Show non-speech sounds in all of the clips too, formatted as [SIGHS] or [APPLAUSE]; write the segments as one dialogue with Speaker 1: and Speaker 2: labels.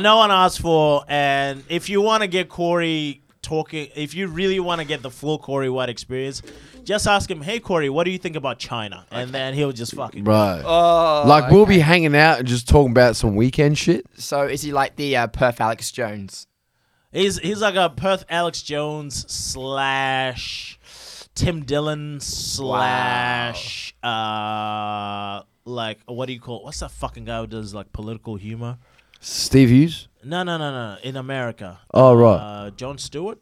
Speaker 1: no one asked for. And if you want to get Corey talking, if you really want to get the full Corey White experience, just ask him, "Hey Corey, what do you think about China?" And then he'll just fucking.
Speaker 2: Right.
Speaker 3: Oh,
Speaker 2: like we'll
Speaker 3: okay.
Speaker 2: be hanging out and just talking about some weekend shit.
Speaker 3: So is he like the uh, Perth Alex Jones?
Speaker 1: He's he's like a Perth Alex Jones slash Tim Dillon slash uh like what do you call what's that fucking guy who does like political humor?
Speaker 2: Steve Hughes.
Speaker 1: No no no no in America.
Speaker 2: Oh right.
Speaker 1: Uh, John Stewart.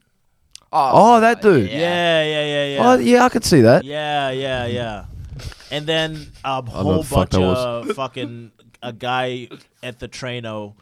Speaker 2: Oh, that dude.
Speaker 1: Yeah yeah yeah yeah.
Speaker 2: Oh yeah, I could see that.
Speaker 1: Yeah, yeah, yeah. And then a
Speaker 2: know
Speaker 1: whole
Speaker 2: the
Speaker 1: bunch
Speaker 2: fuck that
Speaker 1: of fucking a guy at the traino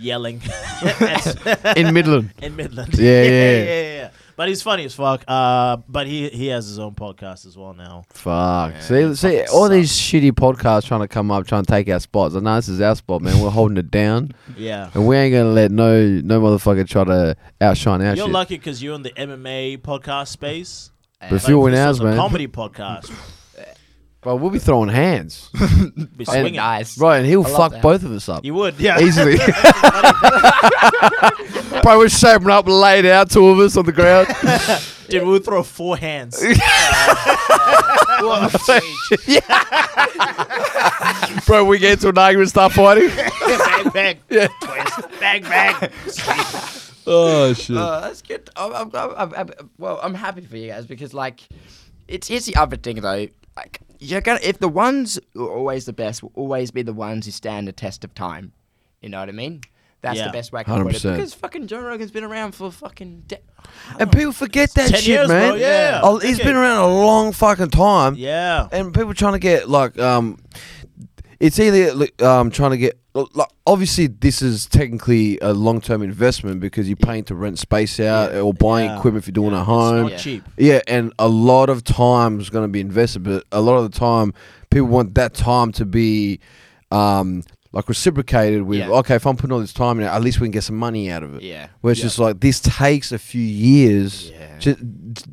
Speaker 1: yelling [LAUGHS] at-
Speaker 2: In
Speaker 1: [LAUGHS]
Speaker 2: Midland.
Speaker 1: in Midland.
Speaker 2: Yeah, yeah.
Speaker 1: yeah, yeah. But he's funny as fuck. Uh, but he he has his own podcast as well now.
Speaker 2: Fuck. see, see, all these shitty podcasts trying to come up, trying to take our spots. I know this is our spot, man. We're holding it down,
Speaker 1: Yeah.
Speaker 2: and we ain't gonna let no no motherfucker try to outshine our
Speaker 1: You're
Speaker 2: shit.
Speaker 1: lucky because you're in the MMA podcast space.
Speaker 2: but if you were in
Speaker 1: this
Speaker 2: ours,
Speaker 1: was a
Speaker 2: man,
Speaker 1: comedy
Speaker 2: [LAUGHS]
Speaker 1: podcast,
Speaker 2: bro, we'll be
Speaker 1: [LAUGHS]
Speaker 2: throwing hands,
Speaker 1: you'd be
Speaker 3: Fucking
Speaker 1: swinging.
Speaker 3: nice. [LAUGHS]
Speaker 2: right? And he'll
Speaker 3: I love
Speaker 2: fuck
Speaker 3: that.
Speaker 2: both of us up
Speaker 1: You [LAUGHS] would, yeah.
Speaker 2: [LAUGHS] easily. bro, we're shaping up, laid out, two of us on the ground.
Speaker 1: [LAUGHS] Dude, we would throw four
Speaker 2: [LAUGHS]
Speaker 1: hands. [LAUGHS]
Speaker 2: bro, we get into an argument, start fighting.
Speaker 1: bang, bang, twist, bang, bang.
Speaker 2: [LAUGHS] oh shit.
Speaker 3: Oh, that's good. I'm, I'm, I'm, I'm, I'm- well, I'm happy for you guys because, like, it's here's the other thing though. Like, you're gonna if the ones who are always the best will always be the ones who stand the test of time. You know what I mean? That's
Speaker 1: Yeah.
Speaker 3: the best way I can put it
Speaker 2: 100%.
Speaker 3: because fucking Joe Rogan's been around for fucking. De-
Speaker 2: and people forget that
Speaker 1: 10
Speaker 2: shit,
Speaker 1: years,
Speaker 2: man.
Speaker 1: bro, yeah.
Speaker 2: Oh, he's
Speaker 1: Okay.
Speaker 2: been around a long fucking time.
Speaker 1: Yeah.
Speaker 2: and people trying to get like um it's either like, um trying to get like obviously this is technically a long-term investment because you're paying to rent space out or buying
Speaker 1: Yeah.
Speaker 2: equipment if you're doing a home
Speaker 1: Not cheap.
Speaker 2: yeah and a lot of time is going to be invested but a lot of the time people want that time to be um like reciprocated with
Speaker 3: Yeah.
Speaker 2: okay if i'm putting all this time in it, at least we can get some money out of it
Speaker 3: yeah.
Speaker 2: where it's just like this takes a few years
Speaker 3: Yeah.
Speaker 2: to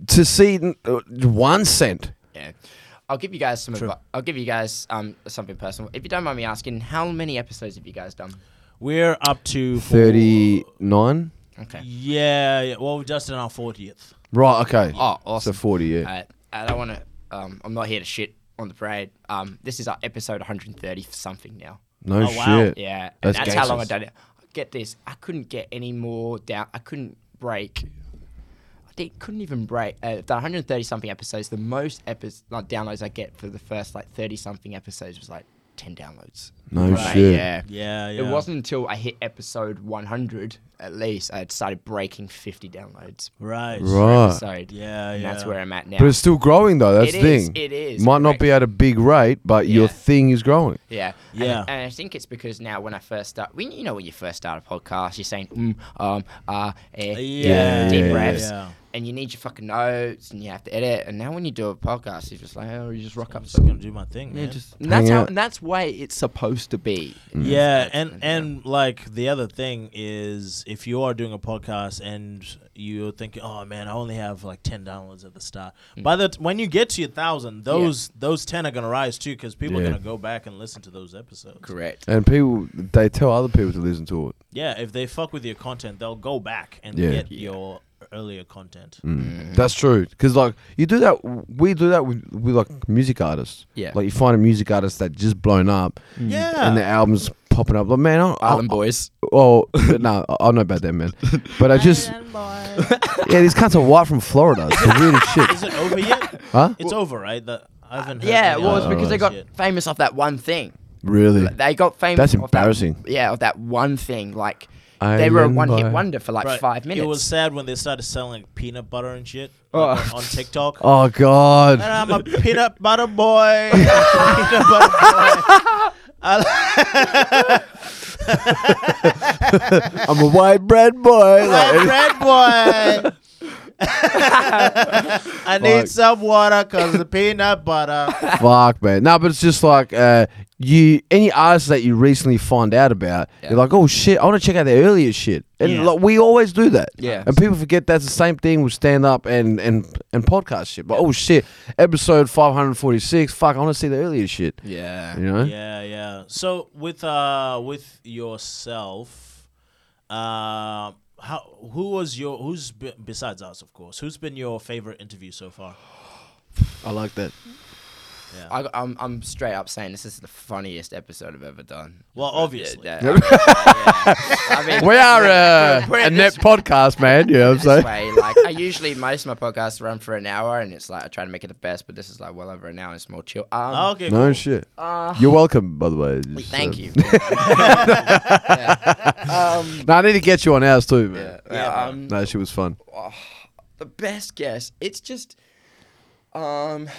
Speaker 2: to see uh, one cent
Speaker 3: Yeah. I'll give you guys some. Advi- I'll give you guys um something personal. If you don't mind me asking, how many episodes have you guys done?
Speaker 1: We're up to four-
Speaker 2: 39
Speaker 3: Okay.
Speaker 1: Yeah, yeah. Well, we're just in our 40th.
Speaker 2: Right, okay.
Speaker 3: Oh, awesome.
Speaker 2: So 40, yeah.
Speaker 3: Uh, I don't want to. Um, I'm not here to shit on the parade. Um, this is our episode 130 for something now.
Speaker 2: no
Speaker 1: oh, wow.
Speaker 2: shit.
Speaker 3: Yeah, and
Speaker 2: That's
Speaker 3: that's, how
Speaker 2: gangsters.
Speaker 3: long I've done it. Get this, I couldn't get any more down. I couldn't break. I did, couldn't even break. Uh, the 130 something episodes, the most episodes like downloads I get for the first like 30 something episodes was like 10 downloads.
Speaker 2: No
Speaker 3: Like,
Speaker 2: shit.
Speaker 3: Yeah.
Speaker 1: Yeah, yeah.
Speaker 3: It wasn't until I hit episode 100, at least, I had started breaking 50 downloads
Speaker 1: Right.
Speaker 3: per
Speaker 2: Right.
Speaker 3: episode.
Speaker 1: Yeah,
Speaker 3: And that's
Speaker 1: yeah.
Speaker 3: where I'm at now.
Speaker 2: But it's still growing, though. That's
Speaker 3: It
Speaker 2: the thing.
Speaker 3: is, it is,
Speaker 2: Might not
Speaker 3: correct.
Speaker 2: be at a big rate, but your
Speaker 3: Yeah.
Speaker 2: thing is growing.
Speaker 3: Yeah, And-
Speaker 1: Yeah.
Speaker 3: And, I think it's because now when I first start, when you know when you first start a podcast, you're saying mm, um, ah, eh,
Speaker 1: Yeah,
Speaker 3: deep-
Speaker 1: yeah,
Speaker 3: deep
Speaker 2: yeah,
Speaker 3: breaths,
Speaker 1: yeah.
Speaker 3: and you need your fucking notes, and you have to edit. And now when you do a podcast, you're just like, oh, you just rock
Speaker 1: I'm
Speaker 3: up.
Speaker 1: just gonna do my thing,
Speaker 3: yeah,
Speaker 1: man.
Speaker 3: just, and that's
Speaker 2: Hang
Speaker 3: how,
Speaker 2: out.
Speaker 3: and that's why it's supposed to be.
Speaker 2: Mm.
Speaker 1: yeah,
Speaker 3: That's-
Speaker 1: and and like the other thing is, if you are doing a podcast and you're thinking, "Oh man, I only have like ten downloads at the start,"
Speaker 3: Mm.
Speaker 1: by the t- when you get to your thousand, those those ten are gonna rise too because people
Speaker 2: Yeah.
Speaker 1: are gonna go back and listen to those episodes.
Speaker 3: correct.
Speaker 2: And people, they tell other people to listen to it.
Speaker 1: Yeah, if they fuck with your content, they'll go back and
Speaker 2: Yeah. Mm.
Speaker 1: get your earlier content.
Speaker 3: Hmm.
Speaker 2: That's true. Because, like, you do that, we do that with, with, like, music artists.
Speaker 3: Yeah. Hmm.
Speaker 2: Like, you find a music artist that just blown up
Speaker 1: Yeah,
Speaker 2: and the album's popping up. Like, man, I, I,
Speaker 3: Island Boys.
Speaker 2: Oh no, I- I know about that, man. But I just, yeah, these cunts are white from Florida. It's the weirdest
Speaker 1: is
Speaker 3: [LAUGHS]
Speaker 2: shit,
Speaker 1: it over
Speaker 2: [LAUGHS]
Speaker 1: yet?
Speaker 2: huh?
Speaker 1: It's over, right? The, I haven't. Heard
Speaker 3: uh, oh, Yeah,
Speaker 1: any
Speaker 3: well, it's
Speaker 1: other
Speaker 3: because they got
Speaker 1: shit.
Speaker 3: famous off that one thing.
Speaker 2: Really?
Speaker 3: They got famous.
Speaker 2: That's
Speaker 3: off that-
Speaker 2: embarrassing.
Speaker 3: yeah, of that one thing. Like they were a
Speaker 2: Island Boy.
Speaker 3: one-hit wonder for like
Speaker 1: Right.
Speaker 3: five minutes.
Speaker 1: It was sad when they started selling peanut butter and shit
Speaker 3: [LAUGHS] Oh.
Speaker 1: like, on, on TikTok.
Speaker 2: Oh god.
Speaker 1: And I'm a peanut butter
Speaker 3: [LAUGHS]
Speaker 1: boy. peanut butter boy.
Speaker 2: I'm a white bread boy. Like,
Speaker 1: I'm red
Speaker 3: [LAUGHS]
Speaker 1: boy. I
Speaker 2: Fuck.
Speaker 1: need some water because the peanut
Speaker 3: [LAUGHS]
Speaker 1: butter.
Speaker 2: fuck, man. No, but it's just like uh, you. Any artists that you recently find out about, you're like, oh shit, I want to check out their earlier shit. And
Speaker 1: Yeah.
Speaker 2: like we always do that.
Speaker 3: Yeah.
Speaker 2: And people forget that's the same thing with stand up and and and podcast shit. But oh shit, episode 546. Fuck, I want to see the earlier shit.
Speaker 3: yeah.
Speaker 2: You know?
Speaker 1: Yeah, yeah. So with uh with yourself, Um, how who was your who's be, besides us, of course? Who's been your favorite interview so far?
Speaker 2: I like that.
Speaker 1: Yeah.
Speaker 3: I, I'm, I'm straight up saying this is the funniest episode I've ever done.
Speaker 1: well, obviously.
Speaker 3: Yeah, yeah, [LAUGHS] yeah. I mean,
Speaker 2: [LAUGHS] We are
Speaker 3: [LAUGHS]
Speaker 2: uh,
Speaker 3: We're
Speaker 2: a
Speaker 3: at
Speaker 2: net
Speaker 3: this-
Speaker 2: podcast, man.
Speaker 3: [LAUGHS]
Speaker 2: You know what I'm
Speaker 3: this
Speaker 2: saying?
Speaker 3: way, like I usually most of my podcasts run for an hour, and it's like I try to make it the best, but this is like well over an hour. And it's more chill. Um,
Speaker 1: Oh, okay.
Speaker 2: No
Speaker 1: cool.
Speaker 2: shit.
Speaker 3: uh,
Speaker 2: You're welcome, by the way. Just,
Speaker 3: thank
Speaker 2: uh,
Speaker 3: you. [LAUGHS] Yeah. Um,
Speaker 2: No, I need to get you on ours too, man.
Speaker 3: yeah, yeah, um,
Speaker 2: No, she was fun.
Speaker 3: the best guess. It's just, um, [SIGHS]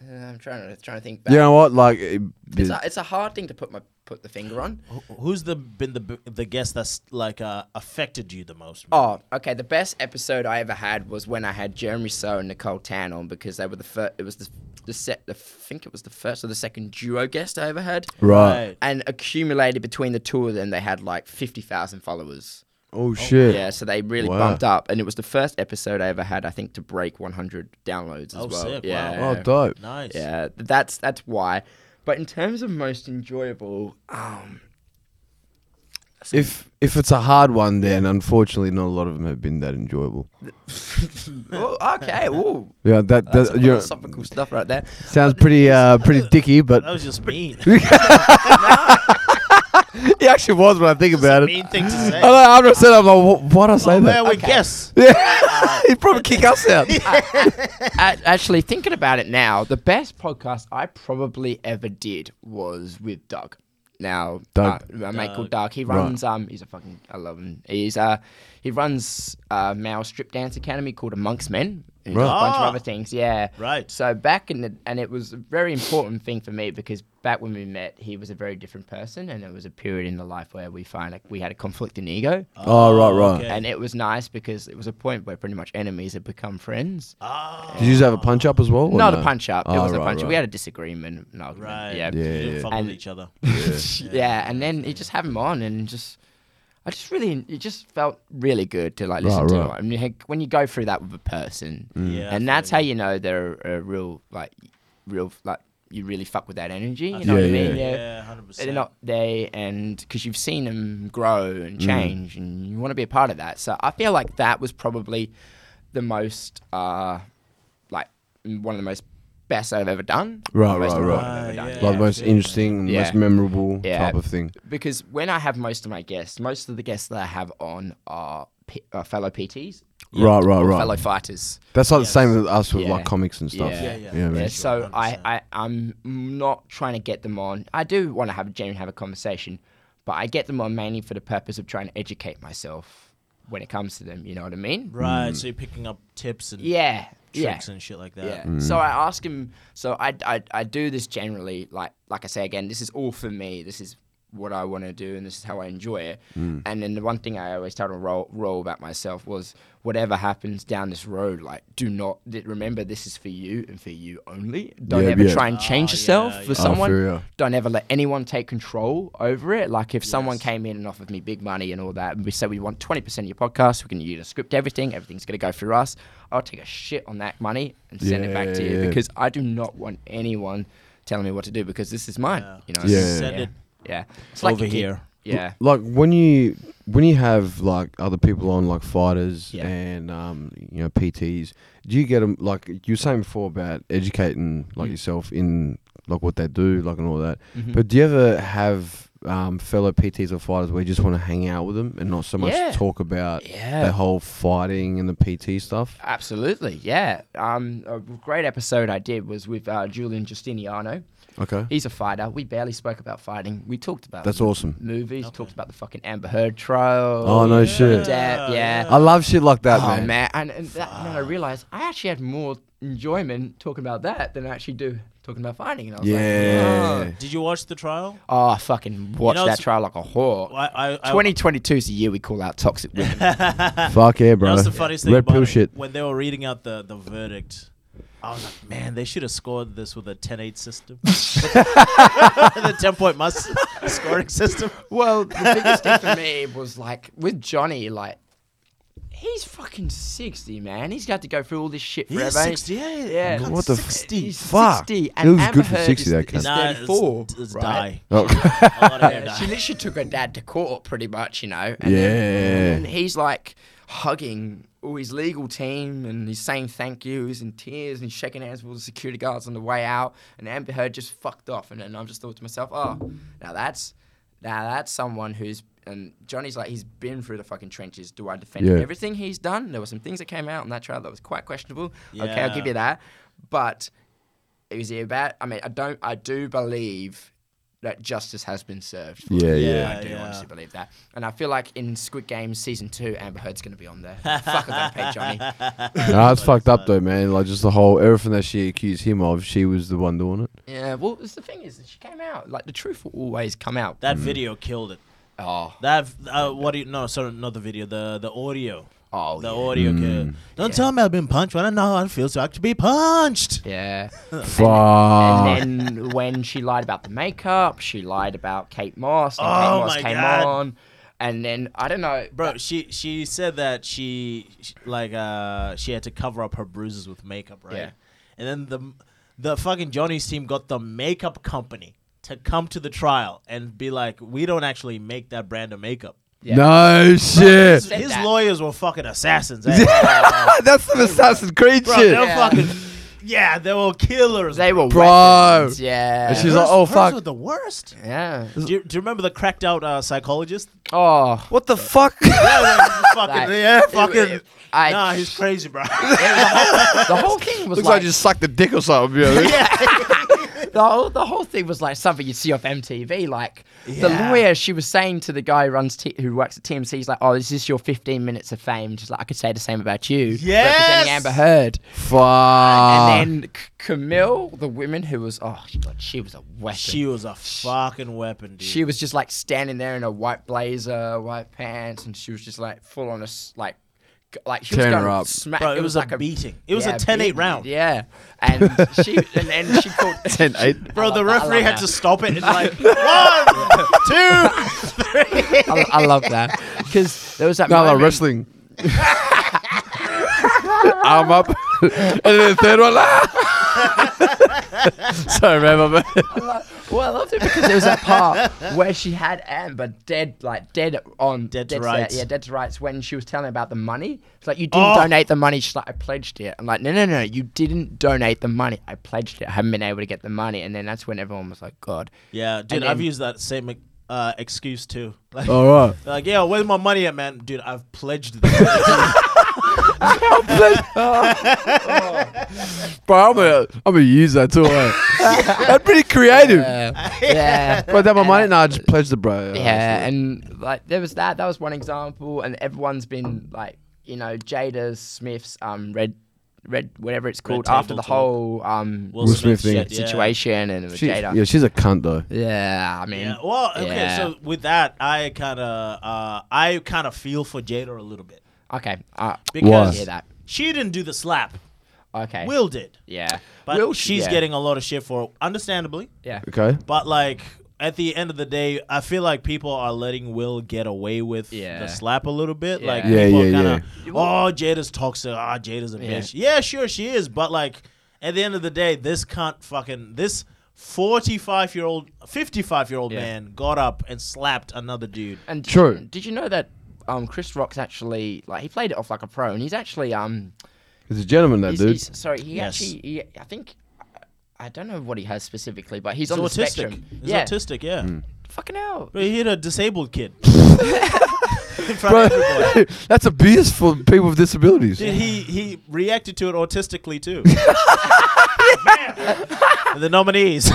Speaker 3: I'm trying to trying to think back.
Speaker 2: You know what? Like, it-
Speaker 3: It's, a, it's a hard thing to put my put the finger on.
Speaker 1: Who- Who's the been the b- the guest that's like uh, affected you the most?
Speaker 3: Oh, okay. The best episode I ever had was when I had Jeremy So and Nicole Tan on because they were the first. It was the the set. The, I think it was the first or the second duo guest I ever had.
Speaker 2: right.
Speaker 3: And accumulated between the two of them, they had like fifty thousand followers.
Speaker 2: Oh shit.
Speaker 3: Yeah, so they really
Speaker 2: Wow.
Speaker 3: bumped up, and it was the first episode I ever had, I think, to break 100 downloads as
Speaker 1: Oh,
Speaker 3: well.
Speaker 1: sick, wow.
Speaker 3: Yeah.
Speaker 2: Oh, dope.
Speaker 1: Nice.
Speaker 3: Yeah, th- that's that's why. But in terms of most enjoyable,
Speaker 1: [LAUGHS]
Speaker 3: um,
Speaker 2: If if it's a hard one, then unfortunately, not a lot of them have been that enjoyable.
Speaker 3: oh, okay, ooh,
Speaker 2: Yeah, that
Speaker 3: that's
Speaker 2: that
Speaker 3: some
Speaker 2: you know,
Speaker 3: philosophical stuff right there.
Speaker 2: sounds pretty uh
Speaker 3: [LAUGHS]
Speaker 2: pretty dicky,
Speaker 1: That
Speaker 2: but
Speaker 1: was
Speaker 2: [LAUGHS]
Speaker 1: just mean.
Speaker 2: it actually was when I think about it.
Speaker 1: mean thing to say.
Speaker 2: [LAUGHS] I know, I'm just saying, I'm like, wh- why'd I say
Speaker 1: oh,
Speaker 2: that?
Speaker 1: man, we
Speaker 3: Okay.
Speaker 1: guess.
Speaker 2: Yeah, [LAUGHS] he'd probably kick us out.
Speaker 3: [LAUGHS]
Speaker 2: [LAUGHS]
Speaker 3: A- actually, thinking about it now, the best podcast I probably ever did was with Doug. Now,
Speaker 2: Doug.
Speaker 3: Uh, a mate called Doug. He runs. Um, he's a fucking. I love him. He's uh, he runs uh, male strip dance academy called Amongst Men. And
Speaker 2: Right.
Speaker 3: A bunch
Speaker 1: Ah.
Speaker 3: of other things. Yeah.
Speaker 1: Right.
Speaker 3: So back in the and it was a very important thing for me because back when we met, he was a very different person, and there was a period in the life where we find like we had a conflict in ego.
Speaker 2: Oh, right, right.
Speaker 1: okay.
Speaker 3: And it was nice because it was a point where pretty much enemies had become friends.
Speaker 1: Ah,
Speaker 2: Did you have a punch up as well? or
Speaker 3: Not
Speaker 2: no?
Speaker 3: a punch up. it
Speaker 2: Oh,
Speaker 3: was a
Speaker 2: right,
Speaker 3: punch up. We
Speaker 2: right.
Speaker 3: had a disagreement. an argument.
Speaker 1: right.
Speaker 3: Yeah.
Speaker 1: You
Speaker 3: [LAUGHS]
Speaker 2: Yeah,
Speaker 1: didn't
Speaker 2: yeah.
Speaker 1: fuck with
Speaker 3: And-
Speaker 1: each other.
Speaker 3: yeah. And then you just have him on and just. I just really, it just felt really good to like listen
Speaker 2: Right,
Speaker 3: to.
Speaker 2: right. Mm.
Speaker 3: I mean, heck, when you go through that with a person,
Speaker 1: Yeah, I
Speaker 3: and that's
Speaker 1: feel
Speaker 3: how you know they're a real, like, real, like you really fuck with that energy. You know
Speaker 2: Yeah,
Speaker 3: what I mean?
Speaker 2: yeah.
Speaker 1: Yeah, hundred percent.
Speaker 3: They're not they, and because you've seen them grow and
Speaker 2: Mm.
Speaker 3: change, and you want to be a part of that. So I feel like that was probably the most, uh, like m- one of the most best I've ever done.
Speaker 2: Right,
Speaker 3: The most
Speaker 2: right,
Speaker 3: important
Speaker 2: right.
Speaker 3: I've ever done,
Speaker 1: Ah,
Speaker 2: Like
Speaker 1: Yeah,
Speaker 2: most
Speaker 1: yeah.
Speaker 2: interesting,
Speaker 3: Yeah.
Speaker 2: most memorable
Speaker 3: Yeah.
Speaker 2: type of thing.
Speaker 3: Because when I have most of my guests, most of the guests that I have on are, P- are fellow PTs,
Speaker 2: Right, right,
Speaker 3: or
Speaker 2: right.
Speaker 3: fellow fighters.
Speaker 2: That's not the same as us with
Speaker 3: Yeah.
Speaker 2: like comics and stuff.
Speaker 3: Yeah.
Speaker 1: Yeah, yeah.
Speaker 2: yeah, man.
Speaker 3: Yeah,
Speaker 1: Yes. sure,
Speaker 3: so I,
Speaker 1: 100%.
Speaker 3: I, I'm not trying to get them on. I do want to have a genuine have a conversation, but I get them on mainly for the purpose of trying to educate myself when it comes to them. You know what I mean?
Speaker 2: Mm.
Speaker 1: Right, so you're picking up tips and
Speaker 3: Yeah. yeah.
Speaker 1: tricks and shit like that.
Speaker 3: Yeah.
Speaker 2: Mm-hmm.
Speaker 3: So I ask him. So I, I, I do this generally. Like like I say again, this is all for me. This is what I want to do, and this is how I enjoy it.
Speaker 2: Mm.
Speaker 3: And then the one thing I always told roll roll about myself was whatever happens down this road, like do not th- remember this is for you and for you only. Don't
Speaker 2: Yeah,
Speaker 3: ever
Speaker 2: yeah.
Speaker 3: try and change
Speaker 1: Oh,
Speaker 3: yourself
Speaker 1: yeah,
Speaker 3: for
Speaker 1: yeah.
Speaker 2: Oh,
Speaker 3: someone.
Speaker 2: for real.
Speaker 3: Don't ever let anyone take control over it. Like if someone
Speaker 1: Yes.
Speaker 3: came in and offered me big money and all that, and we said we want twenty percent of your podcast, we're going to use a script, everything, everything's going to go through us. I'll take a shit on that money and send it back to you
Speaker 2: Yeah.
Speaker 3: because I do not want anyone telling me what to do because this is mine. You know,
Speaker 2: Yeah.
Speaker 1: Send it
Speaker 3: yeah. It's
Speaker 1: over
Speaker 3: a kid.
Speaker 1: here.
Speaker 3: Yeah,
Speaker 2: like when you when you have like other people on like fighters
Speaker 3: Yeah.
Speaker 2: and um you know PTs, do you get them like you were saying before about educating like
Speaker 3: Mm.
Speaker 2: yourself in like what they do like and all that?
Speaker 3: Mm-hmm.
Speaker 2: But do you ever have um, fellow PTs or fighters where you just want to hang out with them and not so much
Speaker 3: Yeah.
Speaker 2: talk about
Speaker 3: Yeah.
Speaker 2: the whole fighting and the PT stuff?
Speaker 3: absolutely. Yeah. Um, a great episode I did was with uh, Julian Justiniano.
Speaker 2: Okay,
Speaker 3: He's a fighter. We barely spoke about fighting. We talked about
Speaker 2: that's
Speaker 3: m-
Speaker 2: awesome.
Speaker 3: movies. Talked about the fucking Amber Heard trial.
Speaker 2: Oh, no shit.
Speaker 3: Depp, yeah.
Speaker 2: I love shit like that,
Speaker 3: oh
Speaker 2: man.
Speaker 3: man, and, and that, and then I realized I actually had more enjoyment talking about that than I actually do talking about fighting. And I was
Speaker 2: Yeah.
Speaker 3: like, oh.
Speaker 1: Did you watch the trial?
Speaker 3: Oh, I fucking watch
Speaker 1: know,
Speaker 3: that
Speaker 1: it's-
Speaker 3: trial like a whore.
Speaker 1: I, I, I,
Speaker 3: 2022 is the year we call out toxic
Speaker 1: [LAUGHS]
Speaker 3: women.
Speaker 2: Fuck yeah, bro.
Speaker 1: That was the funniest thing
Speaker 2: Red
Speaker 1: about
Speaker 2: pill
Speaker 1: it.
Speaker 2: shit.
Speaker 1: When they were reading out the, the verdict, I was like, man, they should have scored this with a 10-8 system. [LAUGHS] the 10-point must scoring system.
Speaker 3: well, the biggest thing for me was like with Johnny, like He's fucking 60, man. He's got to go through all this shit
Speaker 1: He's
Speaker 3: forever.
Speaker 1: 60, yeah,
Speaker 3: Yeah.
Speaker 1: God's
Speaker 2: What the f-
Speaker 1: 60.
Speaker 3: He's
Speaker 2: Fuck.
Speaker 3: 60.
Speaker 2: It
Speaker 3: And
Speaker 2: was
Speaker 3: Amber
Speaker 2: good for
Speaker 3: Heard
Speaker 2: 60
Speaker 3: is,
Speaker 2: that
Speaker 3: is
Speaker 2: cunt.
Speaker 1: Nah,
Speaker 3: 34,
Speaker 1: it's, it's
Speaker 3: right? [LAUGHS]
Speaker 1: die. [LAUGHS] I
Speaker 2: Oh,
Speaker 1: want her to
Speaker 3: Yeah,
Speaker 1: die.
Speaker 3: she literally took her dad to court, pretty much, you know. And
Speaker 2: Yeah.
Speaker 3: and he's like hugging all his legal team, and he's saying thank yous and tears, and he's shaking hands with all the security guards on the way out. And Amber Heard just fucked off, and then I just thought to myself, oh, now that's now that's someone who's and Johnny's like he's been through the fucking trenches. Do I defend
Speaker 2: Yeah.
Speaker 3: everything he's done? There were some things that came out in that trial that was quite questionable. Okay, I'll give
Speaker 1: Yeah.
Speaker 3: you that, but is he about? I mean, I don't. I do believe that justice has been served. for
Speaker 2: Yeah,
Speaker 3: him.
Speaker 2: yeah.
Speaker 3: I do
Speaker 1: Yeah,
Speaker 3: honestly
Speaker 1: yeah.
Speaker 3: believe that, and I feel like in Squid Game season two, Amber Heard's going to be
Speaker 1: [LAUGHS]
Speaker 3: on there. Fuck, I don't pay Johnny.
Speaker 2: nah, it's fucked up though, man. Like just the whole everything that she accused him of, she was the one doing it.
Speaker 3: Yeah, well, it's the thing is, that she came out. Like the truth will always come out.
Speaker 2: Mm.
Speaker 1: That video killed it.
Speaker 3: oh,
Speaker 1: That uh, what do you no? Sorry, not the video. The the audio.
Speaker 3: oh,
Speaker 1: The
Speaker 3: yeah.
Speaker 1: audio
Speaker 2: Mm.
Speaker 1: killed. Don't tell me I've been punched. I don't know how it feels to actually be punched. [LAUGHS]
Speaker 3: yeah.
Speaker 2: Fuck.
Speaker 3: And then when she lied about the makeup, she lied about Kate Moss. And
Speaker 1: Oh
Speaker 3: Kate Moss
Speaker 1: my
Speaker 3: came
Speaker 1: God.
Speaker 3: on, and then I don't know,
Speaker 1: Bro, she she said that she, she like uh she had to cover up her bruises with makeup, right?
Speaker 3: Yeah.
Speaker 1: And then the the fucking Johnny's team got the makeup company to come to the trial and be like, we don't actually make that brand of
Speaker 3: [LAUGHS]
Speaker 1: makeup.
Speaker 3: Yeah.
Speaker 2: No shit.
Speaker 1: His,
Speaker 3: Said
Speaker 1: his
Speaker 3: that.
Speaker 1: lawyers were fucking assassins.
Speaker 3: [LAUGHS]
Speaker 1: eh?
Speaker 2: [LAUGHS] That's an assassin creature.
Speaker 1: Bro, they were
Speaker 3: Yeah.
Speaker 1: fucking yeah, they were killers.
Speaker 3: They were
Speaker 2: Bro.
Speaker 3: weapons, Yeah.
Speaker 2: And she's
Speaker 1: Hers-
Speaker 2: like, oh,
Speaker 1: hers
Speaker 2: fuck.
Speaker 1: were the worst.
Speaker 3: yeah.
Speaker 1: Do you, do you remember the cracked out uh, psychologist?
Speaker 3: [LAUGHS] Oh.
Speaker 2: What the
Speaker 3: [LAUGHS]
Speaker 2: fuck?
Speaker 1: fucking,
Speaker 3: Like, [LAUGHS]
Speaker 1: yeah, fucking.
Speaker 3: it- I-
Speaker 1: nah, he's crazy,
Speaker 3: [LAUGHS]
Speaker 1: bro.
Speaker 3: The whole thing
Speaker 2: [LAUGHS]
Speaker 3: was
Speaker 2: Looks
Speaker 3: like,
Speaker 2: like
Speaker 3: [LAUGHS]
Speaker 2: you sucked a dick or something. Yeah.
Speaker 3: the whole the whole thing was like something you'd see off MTV. Like
Speaker 1: Yeah.
Speaker 3: the lawyer, she was saying to the guy who runs t- who works at TMC, he's like, "Oh, this is your 15 minutes of fame." Just like I could say the same about you,
Speaker 1: Yes!
Speaker 3: representing Amber Heard.
Speaker 2: Fuck. Ah.
Speaker 3: and then C- Camille, the woman who was oh she- God, she was a weapon.
Speaker 1: she
Speaker 3: She,
Speaker 1: was a fucking weapon, dude.
Speaker 3: was just like standing there in a white blazer, white pants, and she was just like full on a s- like. g- Like she was
Speaker 2: Tearing
Speaker 3: going
Speaker 2: her up.
Speaker 3: smack.
Speaker 1: Bro, it was a beating. It was a 10-8
Speaker 3: beating,
Speaker 1: round.
Speaker 3: Yeah, and she and then she called
Speaker 1: [LAUGHS]
Speaker 2: 10 8.
Speaker 1: bro,
Speaker 3: I
Speaker 1: the
Speaker 3: love that, I
Speaker 1: referee
Speaker 3: love
Speaker 1: had
Speaker 3: that.
Speaker 1: to stop it and like
Speaker 3: [LAUGHS]
Speaker 1: one, two.
Speaker 3: I, I love that because there was that
Speaker 2: No, no,
Speaker 3: moment- [LAUGHS]
Speaker 2: wrestling. Arm up. [LAUGHS] and then the third one.
Speaker 3: [LAUGHS]
Speaker 2: Ah! Sorry, man. my bad.
Speaker 3: Well, I loved it because there was that
Speaker 1: [LAUGHS]
Speaker 3: part where she had Amber dead, like dead on
Speaker 1: Dead to
Speaker 3: set,
Speaker 1: rights.
Speaker 3: Yeah, dead to rights. When she was telling about the money, it's like you didn't
Speaker 1: Oh.
Speaker 3: donate the money. She's like, I pledged it. I'm like, no, no, no, you didn't donate the money. I pledged it. I haven't been able to get the money. And then that's when everyone was like, God.
Speaker 1: yeah, dude,
Speaker 3: And
Speaker 1: I've
Speaker 3: then-
Speaker 1: used that same uh, excuse too. [LAUGHS] Like,
Speaker 3: Oh.
Speaker 2: All right.
Speaker 1: like, yeah, where's my money at, man? Dude, I've
Speaker 3: [LAUGHS]
Speaker 1: pledged this.
Speaker 2: Bro, I'm going to I'm gonna use that too.
Speaker 3: [LAUGHS]
Speaker 2: eh? That's pretty creative.
Speaker 3: Yeah, Uh,
Speaker 1: [LAUGHS]
Speaker 3: yeah.
Speaker 2: But that my money? Nah, I just pledge the bro.
Speaker 1: Oh,
Speaker 3: Yeah, and like there was that. That was one example, and everyone's been like, you know, Jada Smith's um red, red whatever it's called
Speaker 1: Table
Speaker 3: after the
Speaker 1: Talk.
Speaker 3: whole um
Speaker 1: Will
Speaker 2: Smith thing.
Speaker 1: shit, yeah.
Speaker 3: situation and with
Speaker 2: She,
Speaker 3: Jada.
Speaker 2: yeah, she's a cunt though.
Speaker 3: Yeah, I mean,
Speaker 1: Yeah. Well, okay.
Speaker 3: Yeah.
Speaker 1: So with that, I kind of, uh, I kind of feel for Jada a little bit
Speaker 3: okay, uh,
Speaker 2: Why?
Speaker 1: because
Speaker 3: hear that.
Speaker 1: she didn't do the slap.
Speaker 3: Okay,
Speaker 1: Will did,
Speaker 3: yeah,
Speaker 1: but
Speaker 3: Will-
Speaker 1: she's
Speaker 3: yeah.
Speaker 1: getting a lot of shit for it, understandably.
Speaker 3: yeah,
Speaker 2: Okay.
Speaker 1: But like at the end of the day, I feel like people are letting Will get away with
Speaker 3: Yeah.
Speaker 1: the slap a little bit. Like
Speaker 3: Yeah.
Speaker 2: Yeah,
Speaker 1: people
Speaker 2: yeah,
Speaker 1: are kinda Oh, Jada's toxic. Ah, Jada's a
Speaker 3: Yeah.
Speaker 1: bitch. Yeah, sure she is, but like at the end of the day, this cunt fucking this forty five year old fifty five year old
Speaker 3: Yeah.
Speaker 1: man got up and slapped another dude.
Speaker 3: and did
Speaker 2: True.
Speaker 3: You, did you know that um Chris Rock's actually like he played it off like a pro, and he's actually um
Speaker 2: He's a gentleman, that
Speaker 3: he's,
Speaker 2: dude.
Speaker 3: he's- sorry he
Speaker 1: Yes.
Speaker 3: actually he, I think. I don't know what he has specifically, but he's,
Speaker 1: He's
Speaker 3: on the
Speaker 1: autistic.
Speaker 3: spectrum.
Speaker 1: He's
Speaker 3: yeah,
Speaker 1: autistic, yeah.
Speaker 2: Hmm.
Speaker 3: fucking hell.
Speaker 1: But he hit a disabled
Speaker 2: [LAUGHS]
Speaker 1: kid. [LAUGHS] In front
Speaker 2: Bro,
Speaker 1: of everybody.
Speaker 2: [LAUGHS] that's abuse for people with disabilities.
Speaker 1: Dude, he he reacted to it autistically
Speaker 2: [LAUGHS]
Speaker 1: too. [LAUGHS] Man. the
Speaker 2: [LAUGHS]
Speaker 1: nominees.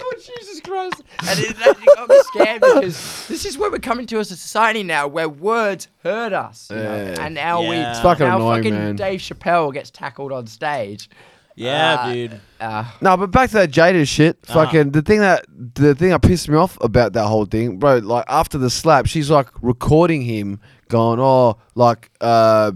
Speaker 3: Oh Jesus Christ! And it, that, it got me
Speaker 2: [LAUGHS]
Speaker 3: scared because this is where we're coming to as a society now, where words hurt us, you know?
Speaker 2: Yeah.
Speaker 3: and now we,
Speaker 1: Yeah. It's
Speaker 2: fucking
Speaker 3: now
Speaker 2: annoying,
Speaker 3: fucking
Speaker 2: man.
Speaker 3: Dave Chappelle gets tackled on stage.
Speaker 1: Yeah,
Speaker 2: Ah.
Speaker 3: Uh,
Speaker 1: dude.
Speaker 3: Uh,
Speaker 2: No, but back to that Jada shit. Fucking the thing that the thing that pissed me off about that whole thing, bro. Like after the slap, she's like recording him, going, "Oh, like uh,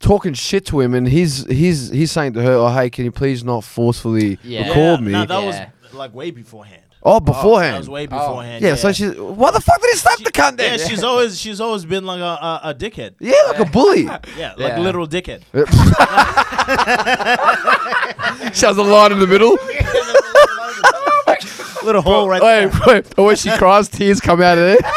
Speaker 2: talking shit to him," and he's he's he's saying to her, "Oh, hey, can you please not forcefully
Speaker 3: Yeah.
Speaker 2: record me?"
Speaker 1: No, that
Speaker 3: Yeah.
Speaker 1: was like way beforehand.
Speaker 2: Oh,
Speaker 1: That
Speaker 2: beforehand.
Speaker 1: was way beforehand.
Speaker 2: Oh. yeah, so she's. Why the fuck did he slap the cunt
Speaker 1: Yeah,
Speaker 2: then? [LAUGHS]
Speaker 1: she's always she's always been like a a, a dickhead.
Speaker 2: Yeah, like a bully.
Speaker 1: Yeah, like
Speaker 3: Yeah.
Speaker 1: literal dickhead.
Speaker 2: [LAUGHS]
Speaker 1: [LAUGHS]
Speaker 2: she has a line in the middle. [LAUGHS]
Speaker 1: Little hole right there.
Speaker 2: Wait, wait. Or when she cries, tears come out of there.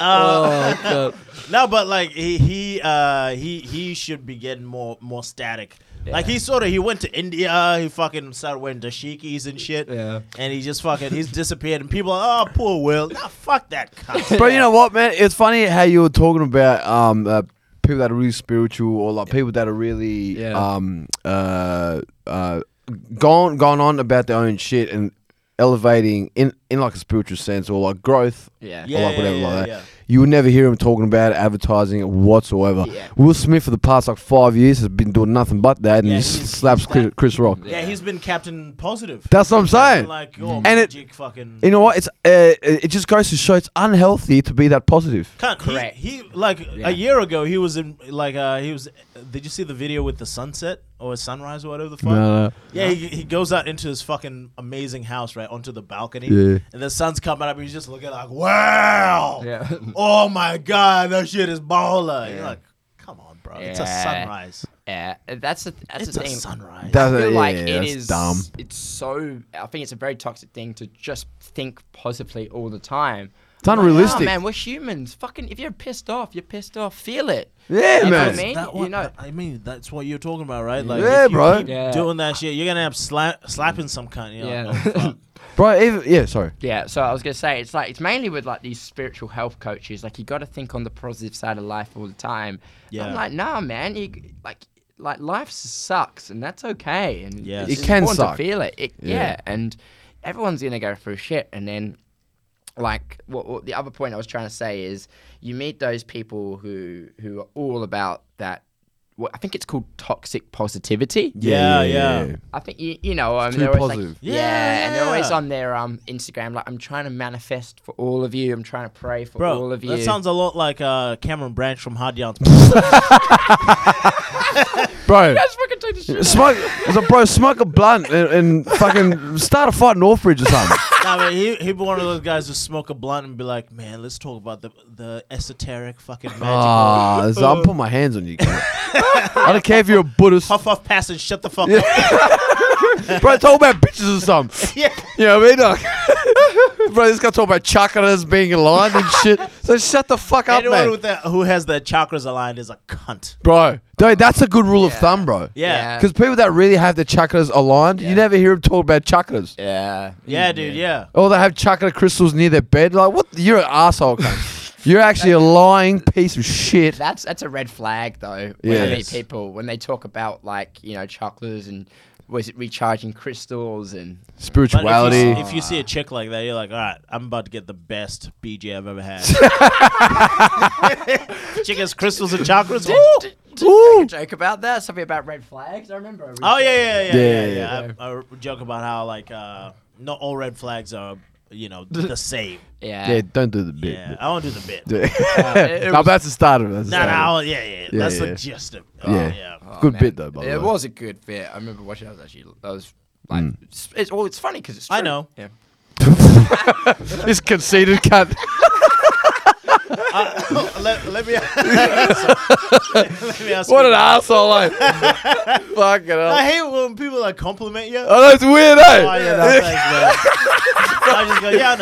Speaker 2: Oh,
Speaker 1: Uh,
Speaker 2: [LAUGHS] God.
Speaker 1: no, but like he he uh he he should be getting more more static. Like he sort of he went to India, he fucking started wearing dashikis and shit.
Speaker 3: Yeah.
Speaker 1: And he just fucking he's disappeared and people are oh poor Will. Nah, fuck that cunt.
Speaker 2: [LAUGHS] But you know what, man? It's funny how you were talking about um uh, people that are really spiritual or like people that are really
Speaker 3: Yeah.
Speaker 2: um uh uh gone gone on about their own shit and elevating in in like a spiritual sense or like growth.
Speaker 3: Yeah.
Speaker 2: or
Speaker 1: Yeah,
Speaker 2: like whatever
Speaker 1: yeah,
Speaker 2: like that.
Speaker 1: yeah, yeah.
Speaker 2: You would never hear him talking about it, advertising it whatsoever.
Speaker 3: Yeah.
Speaker 2: Will Smith for the past like five years has been doing nothing but that, and
Speaker 1: Yeah,
Speaker 2: he
Speaker 1: he's-
Speaker 2: just slaps
Speaker 1: he's
Speaker 2: Chris,
Speaker 1: that-
Speaker 2: Chris Rock.
Speaker 1: yeah, he's been Captain Positive.
Speaker 2: That's what I'm saying.
Speaker 1: Like oh,
Speaker 2: And
Speaker 1: and
Speaker 2: it-
Speaker 1: it fucking
Speaker 2: You know what? It's uh, it it just goes to show it's unhealthy to be that positive.
Speaker 1: Cunt, he-
Speaker 3: Correct.
Speaker 1: He, like
Speaker 3: Yeah.
Speaker 1: a year ago, he was in like uh he was. Did you see the video with the sunset or sunrise or whatever the fuck?
Speaker 2: No, no.
Speaker 1: Yeah, he, he goes out into his fucking amazing house, right onto the balcony,
Speaker 2: Yeah.
Speaker 1: and the sun's coming up. and He's just looking like, wow,
Speaker 3: Yeah.
Speaker 1: [LAUGHS] oh my god, that shit is baller. You're like, come on, bro, it's a
Speaker 3: Yeah.
Speaker 1: sunrise.
Speaker 3: Yeah, that's the that's
Speaker 1: It's
Speaker 3: the
Speaker 1: a
Speaker 3: thing.
Speaker 1: sunrise.
Speaker 2: That's
Speaker 3: I feel like
Speaker 2: yeah,
Speaker 3: it
Speaker 2: that's
Speaker 3: is
Speaker 2: dumb.
Speaker 3: It's so. I think it's a very toxic thing to just think positively all the time.
Speaker 2: It's unrealistic.
Speaker 3: Nah, man, we're humans. Fucking, if you're pissed off, you're pissed off. Feel it.
Speaker 2: Yeah,
Speaker 3: You know what I
Speaker 2: man.
Speaker 3: mean?
Speaker 1: That
Speaker 3: You
Speaker 1: one-
Speaker 3: know-
Speaker 1: I mean, that's what you're talking about, right? Like,
Speaker 2: Yeah,
Speaker 1: if you
Speaker 2: bro.
Speaker 1: keep
Speaker 3: Yeah.
Speaker 1: Doing that shit, you're gonna have slap slapping some cunt. you yeah.
Speaker 3: Yeah.
Speaker 1: Like,
Speaker 3: [LAUGHS]
Speaker 1: oh, fuck.
Speaker 2: Bro, even yeah, sorry.
Speaker 3: Yeah, so I was gonna say it's like it's mainly with like these spiritual health coaches. Like you got to think on the positive side of life all the time.
Speaker 1: Yeah.
Speaker 3: I'm like, nah, man. You like like life sucks, and that's okay. And
Speaker 1: Yeah.
Speaker 3: it's
Speaker 2: It can
Speaker 3: important
Speaker 2: suck.
Speaker 3: to feel it. it yeah.
Speaker 2: Yeah.
Speaker 3: and everyone's gonna go through shit. And then, like, what, what the other point I was trying to say is, you meet those people who who are all about that. What I think it's called toxic positivity.
Speaker 1: Yeah, yeah.
Speaker 3: I think you, you know. I mean,
Speaker 2: too
Speaker 3: they're always
Speaker 2: positive.
Speaker 3: like, yeah,
Speaker 1: Yeah,
Speaker 3: and they're always
Speaker 1: yeah.
Speaker 3: on their um Instagram like, I'm trying to manifest for all of you. I'm trying to pray for
Speaker 1: bro,
Speaker 3: all of you.
Speaker 1: that sounds a lot like uh, Cameron Branch from Hard Yarns.
Speaker 2: [LAUGHS] Bro,
Speaker 3: [LAUGHS] That's fucking take the shit.
Speaker 2: smoke. So, bro, smoke a blunt and, and fucking start a fight in Northbridge
Speaker 1: [LAUGHS]
Speaker 2: or something.
Speaker 1: nah, man, he he'd be one of those guys who smoke a blunt and be like, "Man, let's talk about the the esoteric fucking magic."
Speaker 2: Ah, so I'll put my hands on you. cunt. [LAUGHS] I don't care if you're
Speaker 1: [LAUGHS]
Speaker 2: a Buddhist.
Speaker 1: Puff off, pass, and shut the fuck up.
Speaker 2: Bro, talk about bitches or something.
Speaker 1: [LAUGHS] Yeah.
Speaker 2: You know what I mean? Like, [LAUGHS] bro, this guy talking about chakras being aligned and shit. So shut the fuck
Speaker 1: [LAUGHS]
Speaker 2: up,
Speaker 1: Anyone
Speaker 2: man.
Speaker 1: with that who has their chakras aligned is a cunt.
Speaker 2: Bro, dude, that's a good rule of thumb, bro.
Speaker 1: Yeah,
Speaker 3: Yeah.
Speaker 2: Because people that really have their chakras aligned, you never hear them talk about chakras.
Speaker 3: Yeah.
Speaker 1: yeah, dude, Mm, yeah.
Speaker 2: Or they have chakra crystals near their bed. Like, what? You're an asshole.
Speaker 1: [LAUGHS]
Speaker 2: cunt. You're actually a lying piece of shit.
Speaker 3: That's that's a red flag though. When I meet
Speaker 2: Yes.
Speaker 3: people when they talk about like you know chocolates and was it recharging crystals and
Speaker 1: But if you,
Speaker 2: Spirituality.
Speaker 1: if you see a chick like that, you're like, all right, I'm about to get the best BJ I've ever [LAUGHS] had. chick has crystals and chakras. Woo! [LAUGHS]
Speaker 2: Ooh.
Speaker 3: joke about that something about red flags. I remember. I
Speaker 1: Oh yeah, yeah, yeah, yeah. yeah,
Speaker 2: Yeah.
Speaker 1: I, I joke about how like uh, not all red flags are you [LAUGHS] know the same.
Speaker 3: yeah.
Speaker 2: Yeah, don't do the bit.
Speaker 1: Yeah, I won't do the bit. [LAUGHS]
Speaker 2: Yeah.
Speaker 3: it- it
Speaker 2: no,
Speaker 3: was-
Speaker 2: that's the start of it. That's the
Speaker 1: No,
Speaker 2: start of
Speaker 1: no, yeah, yeah.
Speaker 2: Yeah,
Speaker 1: That's
Speaker 2: yeah.
Speaker 1: the gist of. Oh,
Speaker 2: Yeah.
Speaker 1: yeah.
Speaker 2: [LAUGHS] it. Good bit, though, by the
Speaker 3: it
Speaker 2: way. Mm.
Speaker 3: was a good bit. I remember watching. I was actually. I was like, it's, it's, well, it's funny because it's. True.
Speaker 1: I know.
Speaker 3: Yeah.
Speaker 1: [LAUGHS]
Speaker 2: This conceited cunt.
Speaker 1: Uh, [LAUGHS] let, let me let me ask
Speaker 2: what
Speaker 1: you.
Speaker 2: an
Speaker 1: [LAUGHS]
Speaker 2: asshole, like. Fucking hell.
Speaker 1: I hate when people like compliment you.
Speaker 2: Oh, that's weird, eh?
Speaker 1: Oh, yeah, no,
Speaker 2: [LAUGHS]
Speaker 1: thanks, man. I just go, yeah, I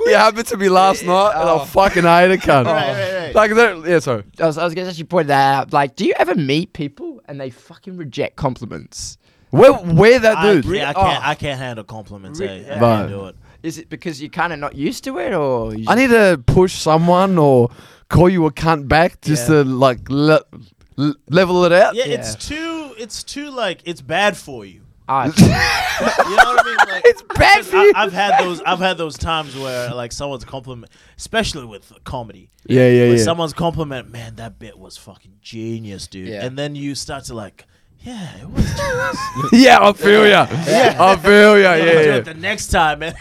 Speaker 1: know.
Speaker 2: it happened to me last night, and I fucking hate it, cunt.
Speaker 1: Oh. right, right.
Speaker 2: Like, that- yeah, sorry.
Speaker 3: I was, I was going to actually point that out. Like, do you ever meet people and they fucking reject compliments?
Speaker 2: Where, where that
Speaker 1: I,
Speaker 2: dude?
Speaker 1: agree. I can't.
Speaker 3: Oh.
Speaker 1: I can't handle compliments. eh? I
Speaker 2: Right.
Speaker 1: can't do it.
Speaker 3: Is it because you're kind of not used to it, or you
Speaker 2: I need to push someone or call you a cunt back just
Speaker 3: Yeah.
Speaker 2: to like le- le- level it out. [LAUGHS]
Speaker 1: Yeah,
Speaker 3: Yeah.
Speaker 1: it's too. It's too like it's bad for you.
Speaker 2: [LAUGHS]
Speaker 3: just- Ah,
Speaker 1: You know what I mean? Like,
Speaker 2: It's bad for you.
Speaker 1: I, I've had those. I've had those times where like someone's compliment, especially with comedy.
Speaker 2: yeah, yeah,
Speaker 1: when
Speaker 2: yeah.
Speaker 1: someone's compliment, man, that bit was fucking genius, dude.
Speaker 3: Yeah.
Speaker 1: And then you start to like, yeah, it
Speaker 2: [LAUGHS]
Speaker 1: was genius.
Speaker 2: [LAUGHS] yeah, I feel ya. I
Speaker 1: [LAUGHS]
Speaker 2: feel ya.
Speaker 1: I'll
Speaker 2: Yeah,
Speaker 1: do
Speaker 2: yeah.
Speaker 1: it the next time, [LAUGHS] man.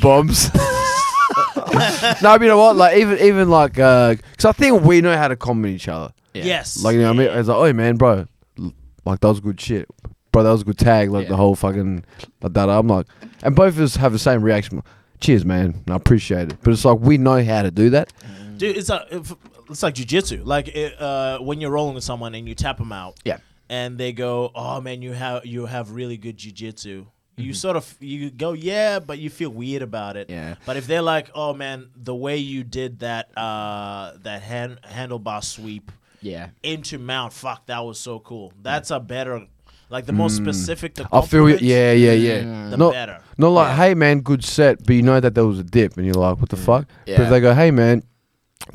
Speaker 2: Bombs. [LAUGHS] uh, no, but you know what? Like even even like because I think we know how to comment each other.
Speaker 3: Yeah.
Speaker 1: Yes.
Speaker 2: Like you know, what I mean, it's like, oh man, bro, l- like that was good shit, bro. That was a good tag. Like
Speaker 3: Yeah.
Speaker 2: the whole fucking like that. I'm like, and both of us have the same reaction. Cheers, man. I appreciate it, but it's like we know how to do that.
Speaker 1: dude, it's like if- it's like jujitsu. Like it, uh, when you're rolling with someone and you tap them out,
Speaker 3: Yeah.
Speaker 1: and they go, "Oh man, you have you have really good jujitsu."
Speaker 3: Mm-hmm.
Speaker 1: You sort of you go, "Yeah," but you feel weird about it.
Speaker 3: Yeah.
Speaker 1: But if they're like, "Oh man, the way you did that uh, that hand handlebar sweep
Speaker 3: Yeah.
Speaker 1: into mount, fuck, that was so cool." That's a better, like the more specific. The
Speaker 2: I Mm. feel you.
Speaker 1: compliment,
Speaker 2: Yeah, yeah, yeah.
Speaker 1: The
Speaker 2: Not-
Speaker 1: better.
Speaker 2: Not like, hey man, good set, but you know that there was a dip, and you're like, what the fuck? But
Speaker 3: Yeah.
Speaker 2: if they go, hey man,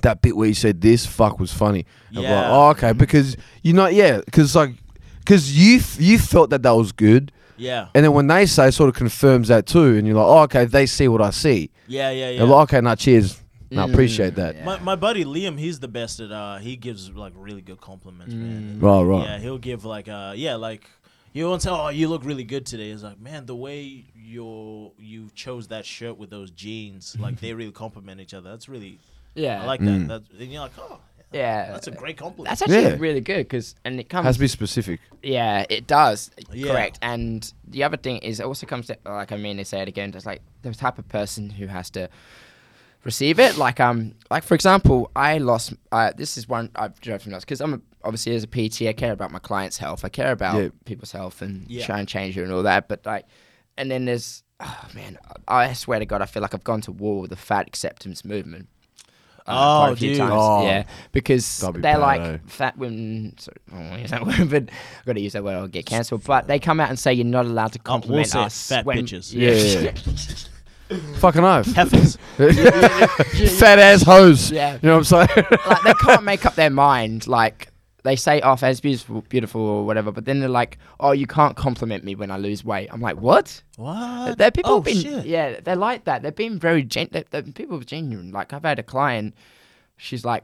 Speaker 2: that bit where you said this fuck was funny. And we're like,
Speaker 1: Yeah.
Speaker 2: oh, okay, because you know, yeah, because like, because you f- you felt that that was good,
Speaker 1: Yeah.
Speaker 2: and then when they say, it sort of confirms that too, and you're like, oh, okay, they see what I see.
Speaker 1: Yeah. Yeah. Yeah. Mm.
Speaker 2: They're like, okay, nah, cheers, nah, appreciate that.
Speaker 3: yeah.
Speaker 1: My, my buddy Liam, he's the best at uh he gives like really good compliments, man.
Speaker 2: Right, Mm. right.
Speaker 1: Yeah, he'll give like uh yeah, like you won't tell, oh, you look really good today. It's like, man, the way you you chose that shirt with those jeans, like they really compliment each other. That's really
Speaker 3: Yeah.
Speaker 1: I like that.
Speaker 2: Mm.
Speaker 1: That's, and you're like, oh, yeah,
Speaker 3: Yeah.
Speaker 1: that's a
Speaker 2: Uh,
Speaker 1: great compliment.
Speaker 3: That's actually
Speaker 2: Yeah.
Speaker 3: really good because and it comes
Speaker 2: Has to be specific.
Speaker 3: Yeah, it does.
Speaker 1: Yeah.
Speaker 3: Correct. And the other thing is, it also comes to like I mean to say it again, just like the type of person who has to receive it. Like um, like for example, I lost. Uh, this is one I've derived from this because I'm a, obviously as a PT, I care about my client's health. I care about
Speaker 2: Yeah.
Speaker 3: people's health and
Speaker 1: Yeah.
Speaker 3: try and change it and all that. But like, and then there's oh man, I I swear to God, I feel like I've gone to war with the fat acceptance movement. uh,
Speaker 1: Oh,
Speaker 3: quite a few
Speaker 1: dude.
Speaker 3: times.
Speaker 2: Oh.
Speaker 3: yeah, because
Speaker 2: That'd be
Speaker 3: they're
Speaker 2: bad,
Speaker 3: like
Speaker 2: eh?
Speaker 3: fat women. Sorry, I [LAUGHS] won't use that word, but I've got to use that word. I'll get cancelled. But they come out and say you're not allowed to
Speaker 1: Oh, we'll
Speaker 3: compliment
Speaker 1: say
Speaker 3: us.
Speaker 1: fat
Speaker 3: [LAUGHS]
Speaker 1: bitches.
Speaker 2: Yeah, Fucking oath.
Speaker 1: [LAUGHS]
Speaker 2: [LAUGHS]
Speaker 1: Heifers.
Speaker 2: Fat ass hoes.
Speaker 3: Yeah.
Speaker 2: You know what I'm saying? [LAUGHS]
Speaker 3: like they can't make up their mind. Like they say, "Oh, as beautiful, beautiful, or whatever," but then they're like, "Oh, you can't compliment me when I lose weight." I'm like, "What?"
Speaker 1: what?
Speaker 3: They're people
Speaker 1: oh,
Speaker 3: have been,
Speaker 1: shit.
Speaker 3: yeah, they're like that. They're being very gen. They're, they're- people are genuine. Like I've had a client, she's like,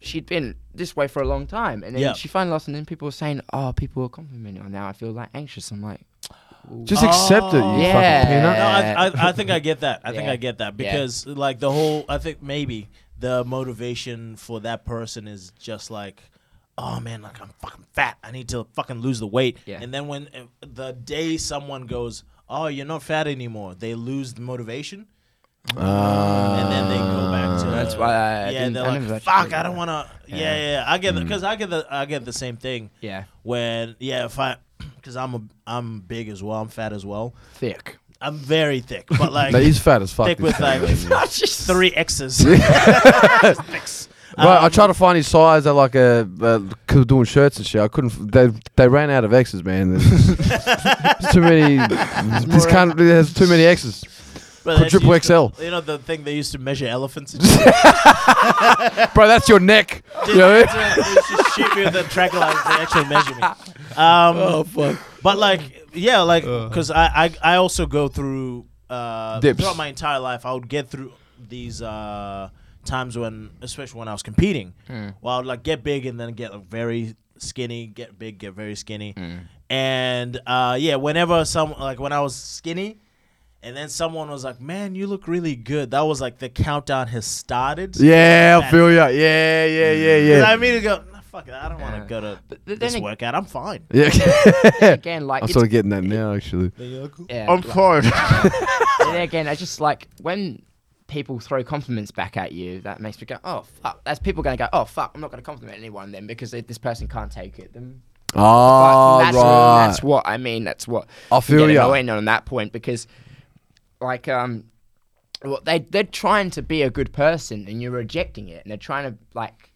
Speaker 3: she'd been this way for a long time, and then
Speaker 1: Yeah.
Speaker 3: she finally lost, and then people were saying, "Oh, people are complimenting her now." I feel like anxious. I'm like,
Speaker 2: Just accept it, you
Speaker 3: Yeah.
Speaker 2: fucking peanut.
Speaker 1: Oh, No, I, I, I think I get that. I think
Speaker 3: Uh, Yeah.
Speaker 1: I get that
Speaker 3: Yeah.
Speaker 1: because like the whole. I think maybe the motivation for that person is just like, oh man, like I'm fucking fat. I need to fucking lose the weight.
Speaker 3: Yeah.
Speaker 1: And then when uh, the day someone goes, oh, you're not fat anymore, they lose the motivation. and then they go back to
Speaker 3: That's why I
Speaker 1: yeah
Speaker 3: didn't-
Speaker 1: they're
Speaker 3: I
Speaker 1: like
Speaker 3: never actually-
Speaker 1: fuck I don't want to yeah. yeah I get because I get the I get the same thing
Speaker 3: Mm. yeah,
Speaker 1: when yeah if I because I'm a I'm big as well I'm fat as well [LAUGHS]
Speaker 3: thick.
Speaker 1: I'm very thick but like
Speaker 2: That is fat as fuck.
Speaker 1: thick
Speaker 2: this
Speaker 1: with like
Speaker 2: thing, man. [LAUGHS]
Speaker 1: three X's. [LAUGHS] Thicks.
Speaker 2: Right, I
Speaker 1: Um,
Speaker 2: tried to find his size at like a uh, 'cause doing shirts and shit. I couldn't. f- They they ran out of X's,
Speaker 1: [LAUGHS]
Speaker 2: man. There's too many. This country has too many X's.
Speaker 1: but that's
Speaker 2: triple
Speaker 1: used
Speaker 2: XL.
Speaker 1: to- you know the thing they used to measure elephants.
Speaker 2: [LAUGHS]
Speaker 1: and shit?
Speaker 2: Bro, that's your neck. You
Speaker 1: Dude,
Speaker 2: know what I
Speaker 1: that's what they used to shoot me with the track lines. They actually measure me. Um, oh fuck! But like, yeah, like, because I, I I also go through uh,
Speaker 2: Dips.
Speaker 1: throughout my entire life. I would get through these uh, times when, especially when I was competing, where I would like get big and then get like, very skinny, get big, get very skinny, and uh, yeah, whenever some like when I was skinny. And then someone was like, "Man, you look really good." That was like the countdown has started.
Speaker 2: mean? Yeah, I feel ya. Yeah, yeah, yeah,
Speaker 1: Because I
Speaker 2: yeah.
Speaker 1: immediately go, "Nah, fuck it, I don't want
Speaker 3: Yeah.
Speaker 1: to go to
Speaker 3: But th-
Speaker 1: this
Speaker 3: then ag-
Speaker 1: workout. I'm fine.
Speaker 2: Yeah.
Speaker 3: again,
Speaker 2: [LAUGHS]
Speaker 3: like
Speaker 2: I'm
Speaker 3: it's
Speaker 2: sort of getting that now, actually.
Speaker 3: yeah, like-
Speaker 2: fine.
Speaker 3: and then again, I just like when people throw compliments back at you, that makes me go, oh fuck. That's people going to go, oh fuck. I'm not going to compliment anyone then because if this person can't take it, then
Speaker 2: Oh,
Speaker 3: But that's,
Speaker 2: right.
Speaker 3: that's what I mean. That's what
Speaker 2: I
Speaker 3: can
Speaker 2: feel
Speaker 3: get
Speaker 2: ya.
Speaker 3: annoying on that point because, like, um, well, they they're trying to be a good person and you're rejecting it, and they're trying to like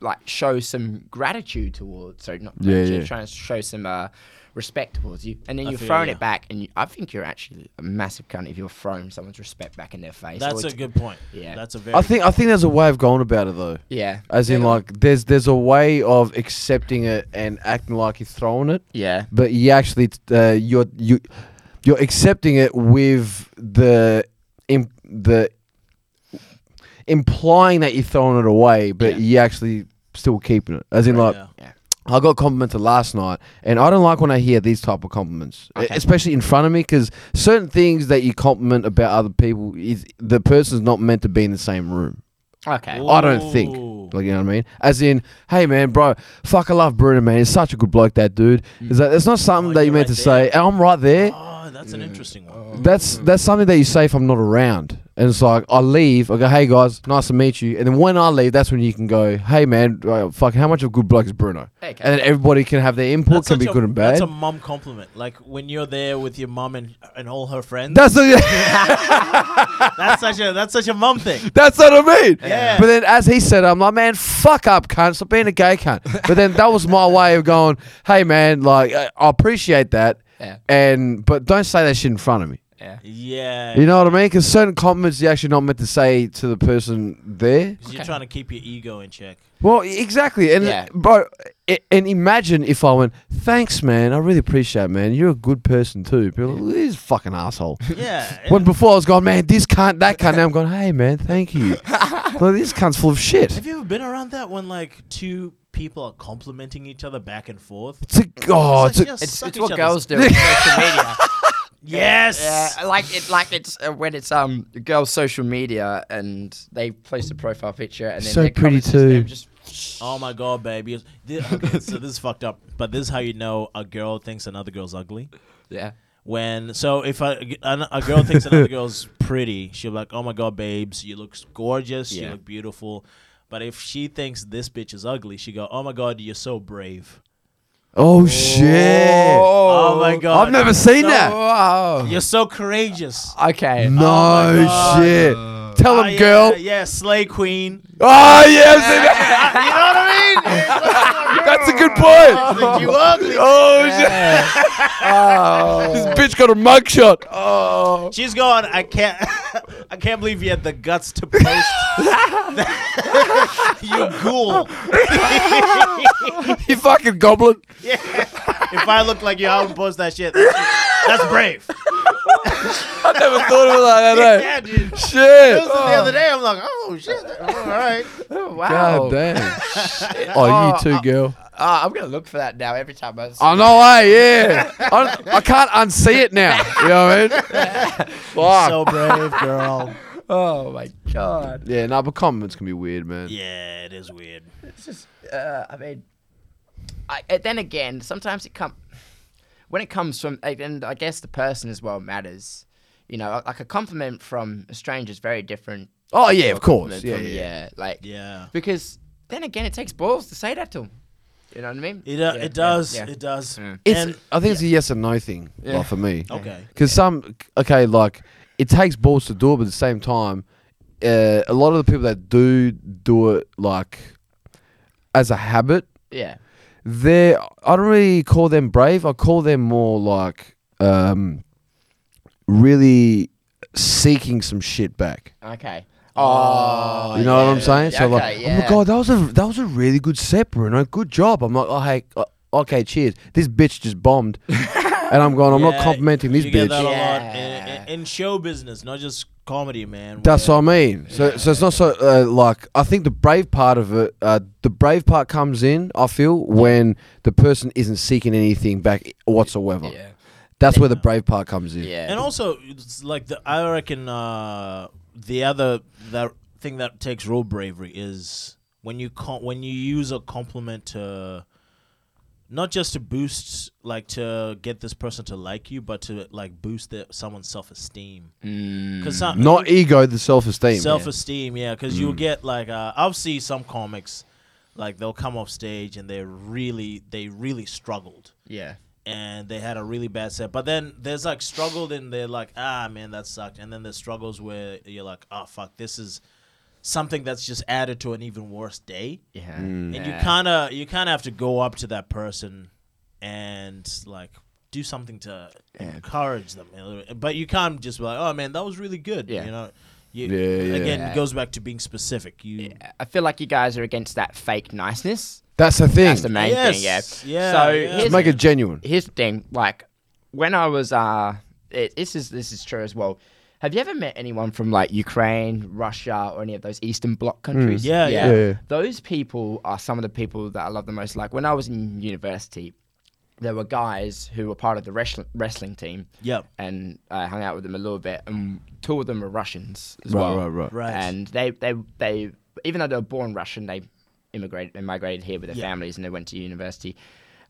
Speaker 3: like show some gratitude towards. So not
Speaker 2: Yeah,
Speaker 3: gratitude,
Speaker 2: yeah.
Speaker 3: trying to show some uh, respect towards you, and then
Speaker 1: I
Speaker 3: you're
Speaker 1: feel
Speaker 3: throwing
Speaker 1: ya.
Speaker 3: it back, and you, I think you're actually a massive cunt if you're throwing someone's respect back in their face. [LAUGHS]
Speaker 1: That's
Speaker 3: or
Speaker 1: a
Speaker 3: t-
Speaker 1: good point.
Speaker 3: Yeah.
Speaker 1: that's a very.
Speaker 2: I think I think there's a way of going about it though.
Speaker 3: yeah,
Speaker 2: As in, like, there's there's a way of accepting it and acting like you're throwing it.
Speaker 3: yeah,
Speaker 2: but you actually uh, you're you you're accepting it with the imp- the implying that you're throwing it away, but
Speaker 3: Yeah.
Speaker 2: you actually still keeping it. As in,
Speaker 1: Right,
Speaker 2: like
Speaker 1: yeah.
Speaker 3: yeah,
Speaker 2: I got complimented last night, and I don't like when I hear these type of compliments, e-
Speaker 3: Okay.
Speaker 2: especially in front of me, because certain things that you compliment about other people, is, the person's not meant to be in the same room.
Speaker 3: okay.
Speaker 2: I don't think.
Speaker 1: Ooh. Ooh.
Speaker 2: Like you know what I mean? As in, hey man, bro, fuck, I love Bruno, man. He's such a good bloke, that dude. It's like, that's not something
Speaker 1: Oh,
Speaker 2: that you
Speaker 1: you're
Speaker 2: meant
Speaker 1: right
Speaker 2: to
Speaker 1: there.
Speaker 2: say. And I'm right there.
Speaker 1: Oh, mm. that's an interesting one.
Speaker 2: That's that's something that you say if I'm not around. And it's like I leave, I go, hey guys, nice to meet you. And then when I leave, that's when you can go, hey man, uh, fuck, how much of a good bloke is Bruno?
Speaker 3: Okay.
Speaker 2: And then everybody can have their input,
Speaker 1: That's
Speaker 2: can
Speaker 1: such
Speaker 2: be
Speaker 1: a-
Speaker 2: good and
Speaker 1: That's
Speaker 2: bad.
Speaker 1: a mum compliment. Like when you're there with your mum and and all her friends.
Speaker 2: That's the- [LAUGHS]
Speaker 1: that's such a that's such a mum
Speaker 2: [LAUGHS]
Speaker 1: thing.
Speaker 2: That's what I mean.
Speaker 1: Yeah.
Speaker 2: But then, as he said, I'm like, man, fuck up, cunt. Stop being a
Speaker 1: [LAUGHS]
Speaker 2: gay cunt. But then that was my way of going, hey, man, like, I I appreciate that.
Speaker 3: Yeah.
Speaker 2: And but don't say that shit in front of me.
Speaker 3: Yeah.
Speaker 1: Yeah.
Speaker 2: You know what I mean? Because certain comments you're actually not meant to say to the person there.
Speaker 1: 'Cause You're
Speaker 3: Okay.
Speaker 1: trying to keep your ego in
Speaker 2: [LAUGHS]
Speaker 1: check.
Speaker 2: Well, exactly. And
Speaker 3: Yeah.
Speaker 2: bro, i- and imagine if I went, thanks, man. I really appreciate, it, man. You're a good person too. People, are like, this
Speaker 1: [LAUGHS]
Speaker 2: fucking asshole.
Speaker 1: Yeah.
Speaker 2: When before I was going, man, this cunt, that cunt. Now I'm going, hey, man,
Speaker 1: [LAUGHS]
Speaker 2: thank you. well, this cunt's full of shit.
Speaker 1: Have you ever been around that when like two people are complimenting each other back and
Speaker 3: [LAUGHS]
Speaker 1: forth?
Speaker 2: It's a oh,
Speaker 1: It's
Speaker 2: it's
Speaker 1: like,
Speaker 2: a,
Speaker 1: yes.
Speaker 3: It's,
Speaker 1: Suck
Speaker 3: it's
Speaker 1: each
Speaker 3: what
Speaker 1: other's-
Speaker 3: girls do
Speaker 1: [LAUGHS]
Speaker 3: [LAUGHS] on social media.
Speaker 2: [LAUGHS]
Speaker 1: Yes.
Speaker 3: Yeah, I like it, like it's uh, when it's um girls' social media and they post a profile picture and then
Speaker 2: So
Speaker 3: their
Speaker 2: pretty
Speaker 3: comments is
Speaker 2: too.
Speaker 3: them Just
Speaker 1: Oh my god, baby. This, okay, so this is fucked up. But this is how you know a girl thinks another girl's ugly.
Speaker 3: yeah,
Speaker 1: When so if a, an- a girl thinks another girl's pretty, she'll be like, "Oh my god, babes, you look gorgeous, you
Speaker 3: Yeah.
Speaker 1: look beautiful." But if she thinks this bitch is ugly, she go, "Oh my god, you're so brave."
Speaker 2: oh shit.
Speaker 1: Oh, my god,
Speaker 2: I've never seen that.
Speaker 3: Wow.
Speaker 1: You're so
Speaker 3: [LAUGHS]
Speaker 1: courageous.
Speaker 3: Okay.
Speaker 2: No
Speaker 1: Oh God.
Speaker 2: shit. Tell
Speaker 1: Oh,
Speaker 2: him,
Speaker 1: yeah,
Speaker 2: girl.
Speaker 1: yeah, slay queen.
Speaker 2: [LAUGHS] Oh yeah, I've seen that.
Speaker 1: [LAUGHS] you know what I
Speaker 2: [LAUGHS] That's a good
Speaker 1: [LAUGHS]
Speaker 2: point.
Speaker 1: mean? you ugly.
Speaker 2: Oh shit.
Speaker 3: Oh.
Speaker 2: [LAUGHS] This bitch got a mugshot. Oh.
Speaker 1: She's going. I can't. [LAUGHS] I can't believe you had the guts to post. [LAUGHS] you ghoul.
Speaker 2: [LAUGHS] You fucking goblin.
Speaker 1: Yeah. If I look like you, I would post that shit. That's, that's
Speaker 2: [LAUGHS]
Speaker 1: brave.
Speaker 2: I never thought of it like that. eh?
Speaker 1: [LAUGHS] Yeah, dude. Posted
Speaker 2: Shit.
Speaker 1: the other day, I'm like, oh shit. Oh, all right.
Speaker 3: wow.
Speaker 2: God damn.
Speaker 1: [LAUGHS]
Speaker 2: Oh, you too, girl.
Speaker 3: Ah, I'm gonna look for that now every time I. See
Speaker 2: I know, I yeah. I, I can't unsee it now. You know what I mean?
Speaker 1: [LAUGHS]
Speaker 2: Fuck.
Speaker 1: So brave,
Speaker 2: [LAUGHS]
Speaker 1: girl.
Speaker 3: oh my god.
Speaker 2: yeah, no, but comments can be weird, man.
Speaker 1: Yeah, it is weird.
Speaker 3: It's just. Uh, I mean. I, uh, then again, sometimes it come when it comes from, uh, and I guess the person as well matters. You know, like a compliment from a stranger is very different.
Speaker 2: Oh yeah, of course.
Speaker 3: compliment
Speaker 2: Yeah,
Speaker 3: from-
Speaker 2: yeah.
Speaker 3: like
Speaker 1: Yeah.
Speaker 3: because then again, it takes balls to say that to him. You know what I mean?
Speaker 1: It uh,
Speaker 3: Yeah,
Speaker 1: it does.
Speaker 3: yeah, yeah.
Speaker 1: It does.
Speaker 3: Mm.
Speaker 2: It's.
Speaker 1: And-
Speaker 2: I think it's a yes and no thing.
Speaker 3: Yeah.
Speaker 2: Like for me.
Speaker 1: Okay.
Speaker 2: Because some okay, like it takes balls to do it, but at the same time, uh, a lot of the people that do do it like as a habit,
Speaker 3: Yeah.
Speaker 2: they I don't really call them brave. I call them more like um, really seeking some shit back.
Speaker 3: Okay. Oh,
Speaker 2: You know
Speaker 3: yeah.
Speaker 2: what I'm saying? So
Speaker 3: okay,
Speaker 2: like,
Speaker 3: yeah.
Speaker 2: oh my god, that was a that was a really good set, Bruno. Good job. I'm like, oh hey, uh, okay, cheers. This bitch just
Speaker 3: [LAUGHS]
Speaker 2: bombed, and I'm going. I'm
Speaker 1: Yeah,
Speaker 2: not complimenting this
Speaker 1: you get
Speaker 2: bitch.
Speaker 1: That a lot
Speaker 3: Yeah.
Speaker 1: in, in, in show business, not just comedy, man.
Speaker 2: That's
Speaker 1: where-
Speaker 2: what I mean. So, so it's not so uh, like I think the brave part of it. Uh, the brave part comes in. I feel when the person isn't seeking anything back whatsoever.
Speaker 3: Yeah.
Speaker 2: That's where the brave part comes in.
Speaker 3: Yeah.
Speaker 1: And also, it's like the I reckon uh, the other that thing that takes real bravery is when you con- when you use a compliment to not just to boost like to get this person to like you, but to like boost their, someone's self esteem. Because
Speaker 2: Not ego, the self esteem.
Speaker 1: self esteem, yeah, because you'll get like uh, I'll see some comics like they'll come off stage and they're really they really struggled
Speaker 3: yeah.
Speaker 1: and they had a really bad set. But then there's like struggled and they're like, ah man, that sucked. And then there's struggles where you're like, oh fuck, this is something that's just added to an even worse day.
Speaker 2: Mm.
Speaker 3: Yeah.
Speaker 1: And you kinda you kinda have to go up to that person and like do something to encourage them. But you can't just be like, oh man, that was really good.
Speaker 3: Yeah.
Speaker 1: You know. You,
Speaker 2: Yeah, yeah.
Speaker 1: Again,
Speaker 3: Yeah.
Speaker 1: it goes back to being specific. You
Speaker 3: I feel like you guys are against that fake niceness.
Speaker 2: That's the thing.
Speaker 3: That's the main
Speaker 1: Yes.
Speaker 3: thing. Yeah.
Speaker 1: Yeah,
Speaker 3: So
Speaker 1: yeah.
Speaker 3: here's
Speaker 2: Make it genuine.
Speaker 3: here's the thing. Like when I was uh, it, this is this is true as well. Have you ever met anyone from like Ukraine, Russia, or any of those Eastern Bloc countries?
Speaker 1: Yeah, yeah.
Speaker 2: Hmm. Yeah, yeah.
Speaker 3: Those people are some of the people that I love the most. Like when I was in university, there were guys who were part of the wrestling wrestling team.
Speaker 1: Yep.
Speaker 3: And I hung out with them a little bit, and two of them were Russians as
Speaker 2: Right,
Speaker 3: well.
Speaker 2: right, right.
Speaker 1: Right.
Speaker 3: And they they they even though they were born Russian, they immigrated and migrated here with their
Speaker 1: Yeah.
Speaker 3: families and they went to university.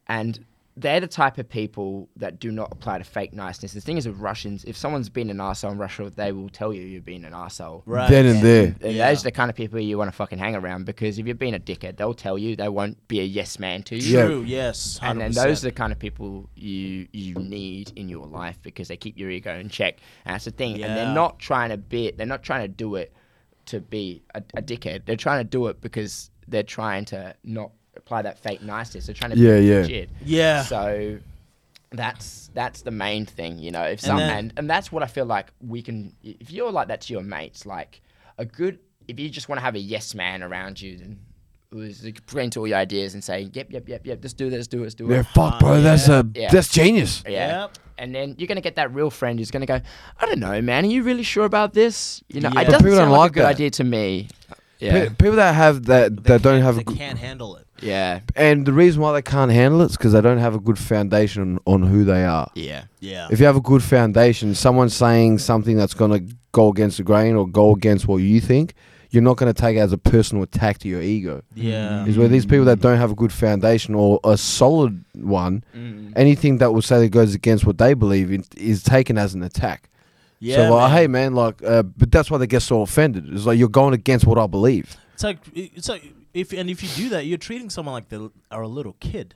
Speaker 3: And they're the type of people that do not apply to fake niceness. The thing is with Russians, if someone's been an arsehole in Russia, they will tell you you've been an arsehole.
Speaker 1: Right.
Speaker 2: Then and there.
Speaker 3: And
Speaker 1: Yeah.
Speaker 3: those are the kind of people you want to fucking hang around because if you've been a dickhead, they'll tell you they won't be a yes man to you.
Speaker 2: Yeah.
Speaker 1: True. Yes. 100%.
Speaker 3: And then those are the kind of people you you need in your life because they keep your ego in check. And that's the thing. And
Speaker 1: Yeah.
Speaker 3: they're not trying to be they're not trying to do it to be a, a dickhead. They're trying to do it because they're trying to not apply that fake niceness. They're trying to
Speaker 2: Yeah,
Speaker 3: be
Speaker 2: yeah.
Speaker 3: legit.
Speaker 1: Yeah.
Speaker 3: So that's that's the main thing, you know. If some
Speaker 1: then-
Speaker 3: and, and that's what I feel like we can. If you're like that to your mates, like a good. If you just want to have a yes man around you, then who's bring to all your ideas and say, yep, yep, yep, yep, let's do this, do this, do
Speaker 2: Yeah,
Speaker 3: it.
Speaker 2: fuck, bro. that's a
Speaker 3: Yeah.
Speaker 2: that's genius.
Speaker 3: Yeah.
Speaker 1: Yep.
Speaker 3: And then you're gonna get that real friend who's gonna go, I don't know, man. Are you really sure about this? You know,
Speaker 1: Yeah.
Speaker 3: it
Speaker 1: But
Speaker 3: doesn't
Speaker 2: people
Speaker 3: sound
Speaker 2: don't
Speaker 3: like
Speaker 2: like
Speaker 3: a good
Speaker 2: that.
Speaker 3: idea to me.
Speaker 2: Pe-
Speaker 3: Yeah,
Speaker 2: People that have that
Speaker 1: They
Speaker 2: that don't
Speaker 1: can't-
Speaker 2: have a
Speaker 1: They
Speaker 2: good,
Speaker 1: can't handle it.
Speaker 3: yeah,
Speaker 2: and the reason why they can't handle it is because they don't have a good foundation on who they are.
Speaker 3: yeah,
Speaker 1: Yeah.
Speaker 2: If you have a good foundation, someone saying something that's gonna go against the grain or go against what you think, you're not gonna take it as a personal attack to your ego.
Speaker 1: yeah.
Speaker 2: Is where these people that don't have a good foundation or a solid one,
Speaker 3: Mm.
Speaker 2: anything that will say that goes against what they believe in is taken as an attack.
Speaker 1: Yeah.
Speaker 2: so like,
Speaker 1: man.
Speaker 2: hey man, like, uh, but that's why they get so offended. It's like you're going against what I believe.
Speaker 1: It's like it's like if and if you do that, you're treating someone like they are a little kid,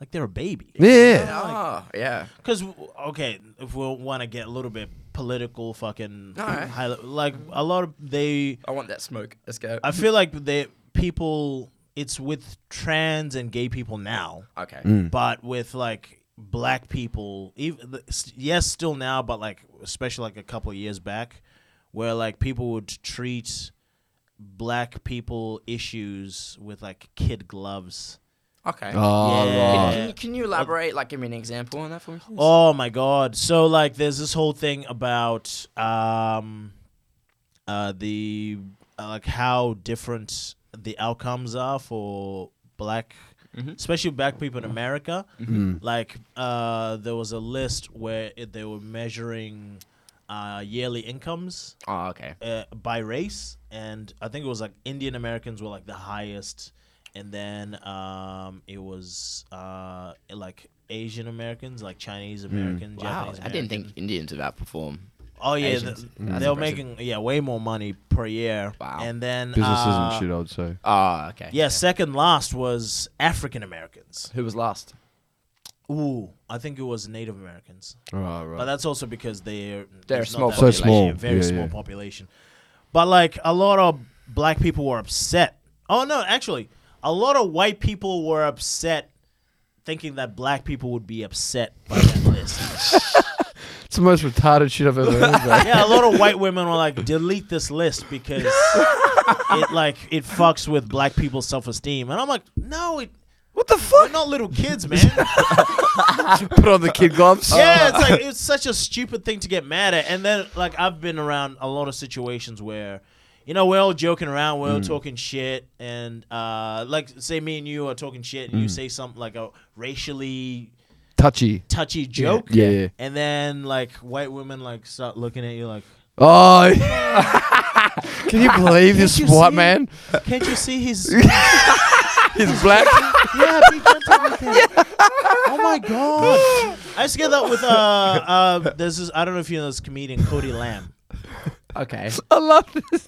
Speaker 1: like they're a baby.
Speaker 2: Yeah.
Speaker 3: oh, yeah,
Speaker 1: Because okay, if we want to get a little bbit political, fucking
Speaker 3: Alright.
Speaker 1: high, like a lot of they,
Speaker 3: I want that smoke. Let's go.
Speaker 1: I feel like they people. It's with trans and gay people now,
Speaker 3: okay,
Speaker 2: Mm.
Speaker 1: but with like black people, even yes, still now, but like especially like a couple of years back, where like people would treat black people issues with like kid gloves.
Speaker 3: okay.
Speaker 2: Oh,
Speaker 1: Yeah.
Speaker 2: right.
Speaker 3: Can, you, can you elaborate? Like, give me an example on that for me. please?
Speaker 1: Oh my god. So like there's this whole thing about um uh the uh, like how different the outcomes are for black especially black people in America. Like uh there was a list where it, they were measuring uh yearly incomes
Speaker 3: oh, okay.
Speaker 1: uh, by race, and I think it was like Indian Americans were like the highest, and then um, it was uh, like Asian Americans, like Chinese Americans.
Speaker 3: Hmm. Wow,
Speaker 1: Japanese
Speaker 3: I didn't think
Speaker 1: Americans.
Speaker 3: Indians would outperform.
Speaker 1: Oh yeah, th-
Speaker 3: Asians. Mm.
Speaker 1: they were
Speaker 3: That's
Speaker 1: making yeah way more money per year.
Speaker 3: Wow.
Speaker 1: And then
Speaker 2: Businesses
Speaker 1: uh,
Speaker 2: and shit, I would say.
Speaker 3: Oh, okay.
Speaker 1: Yeah, second last was African Americans.
Speaker 3: Who was last?
Speaker 1: Ooh, I think it was Native Americans.
Speaker 2: Right,
Speaker 1: But that's also because they're
Speaker 3: They're
Speaker 1: there's
Speaker 3: a
Speaker 1: not
Speaker 3: small
Speaker 1: that
Speaker 2: So
Speaker 1: much-
Speaker 2: small,
Speaker 1: yeah, very
Speaker 2: yeah,
Speaker 1: small
Speaker 2: yeah.
Speaker 1: population. But like a lot of black people were upset. Oh no, actually, a lot of white people were upset, thinking that black people would be upset by that [LAUGHS] list.
Speaker 2: It's the most retarded shit I've ever heard. bro.
Speaker 1: yeah, a lot of white women were like, delete this list
Speaker 2: [LAUGHS]
Speaker 1: because it like it fucks with black people's self esteem. And I'm like, no, it.
Speaker 2: what the
Speaker 1: We're
Speaker 2: fuck?
Speaker 1: not little kids, man. [LAUGHS]
Speaker 2: Put on the kid gloves.
Speaker 1: yeah, it's
Speaker 2: Uh,
Speaker 1: like it's such a stupid thing to get mad at. And then like I've been around a lot of situations where, you know, we're all joking around, we're all
Speaker 2: Mm.
Speaker 1: talking shit, and uh, like say me and you are talking shit, and you
Speaker 2: Mm.
Speaker 1: say something like a racially
Speaker 2: Touchy.
Speaker 1: touchy joke,
Speaker 2: Yeah, yeah.
Speaker 1: and then like white women like start looking at you like,
Speaker 2: Oh. [LAUGHS] Can you believe this
Speaker 1: you
Speaker 2: white
Speaker 1: see?
Speaker 2: man?
Speaker 1: can't you see
Speaker 2: [LAUGHS]
Speaker 1: his
Speaker 2: He's [LAUGHS] black.
Speaker 1: yeah, be gentle with him. Oh my god! I used to get that with uh uh. There's this I don't know if you know this comedian Cody Lamb.
Speaker 3: Okay.
Speaker 2: [LAUGHS] I love this.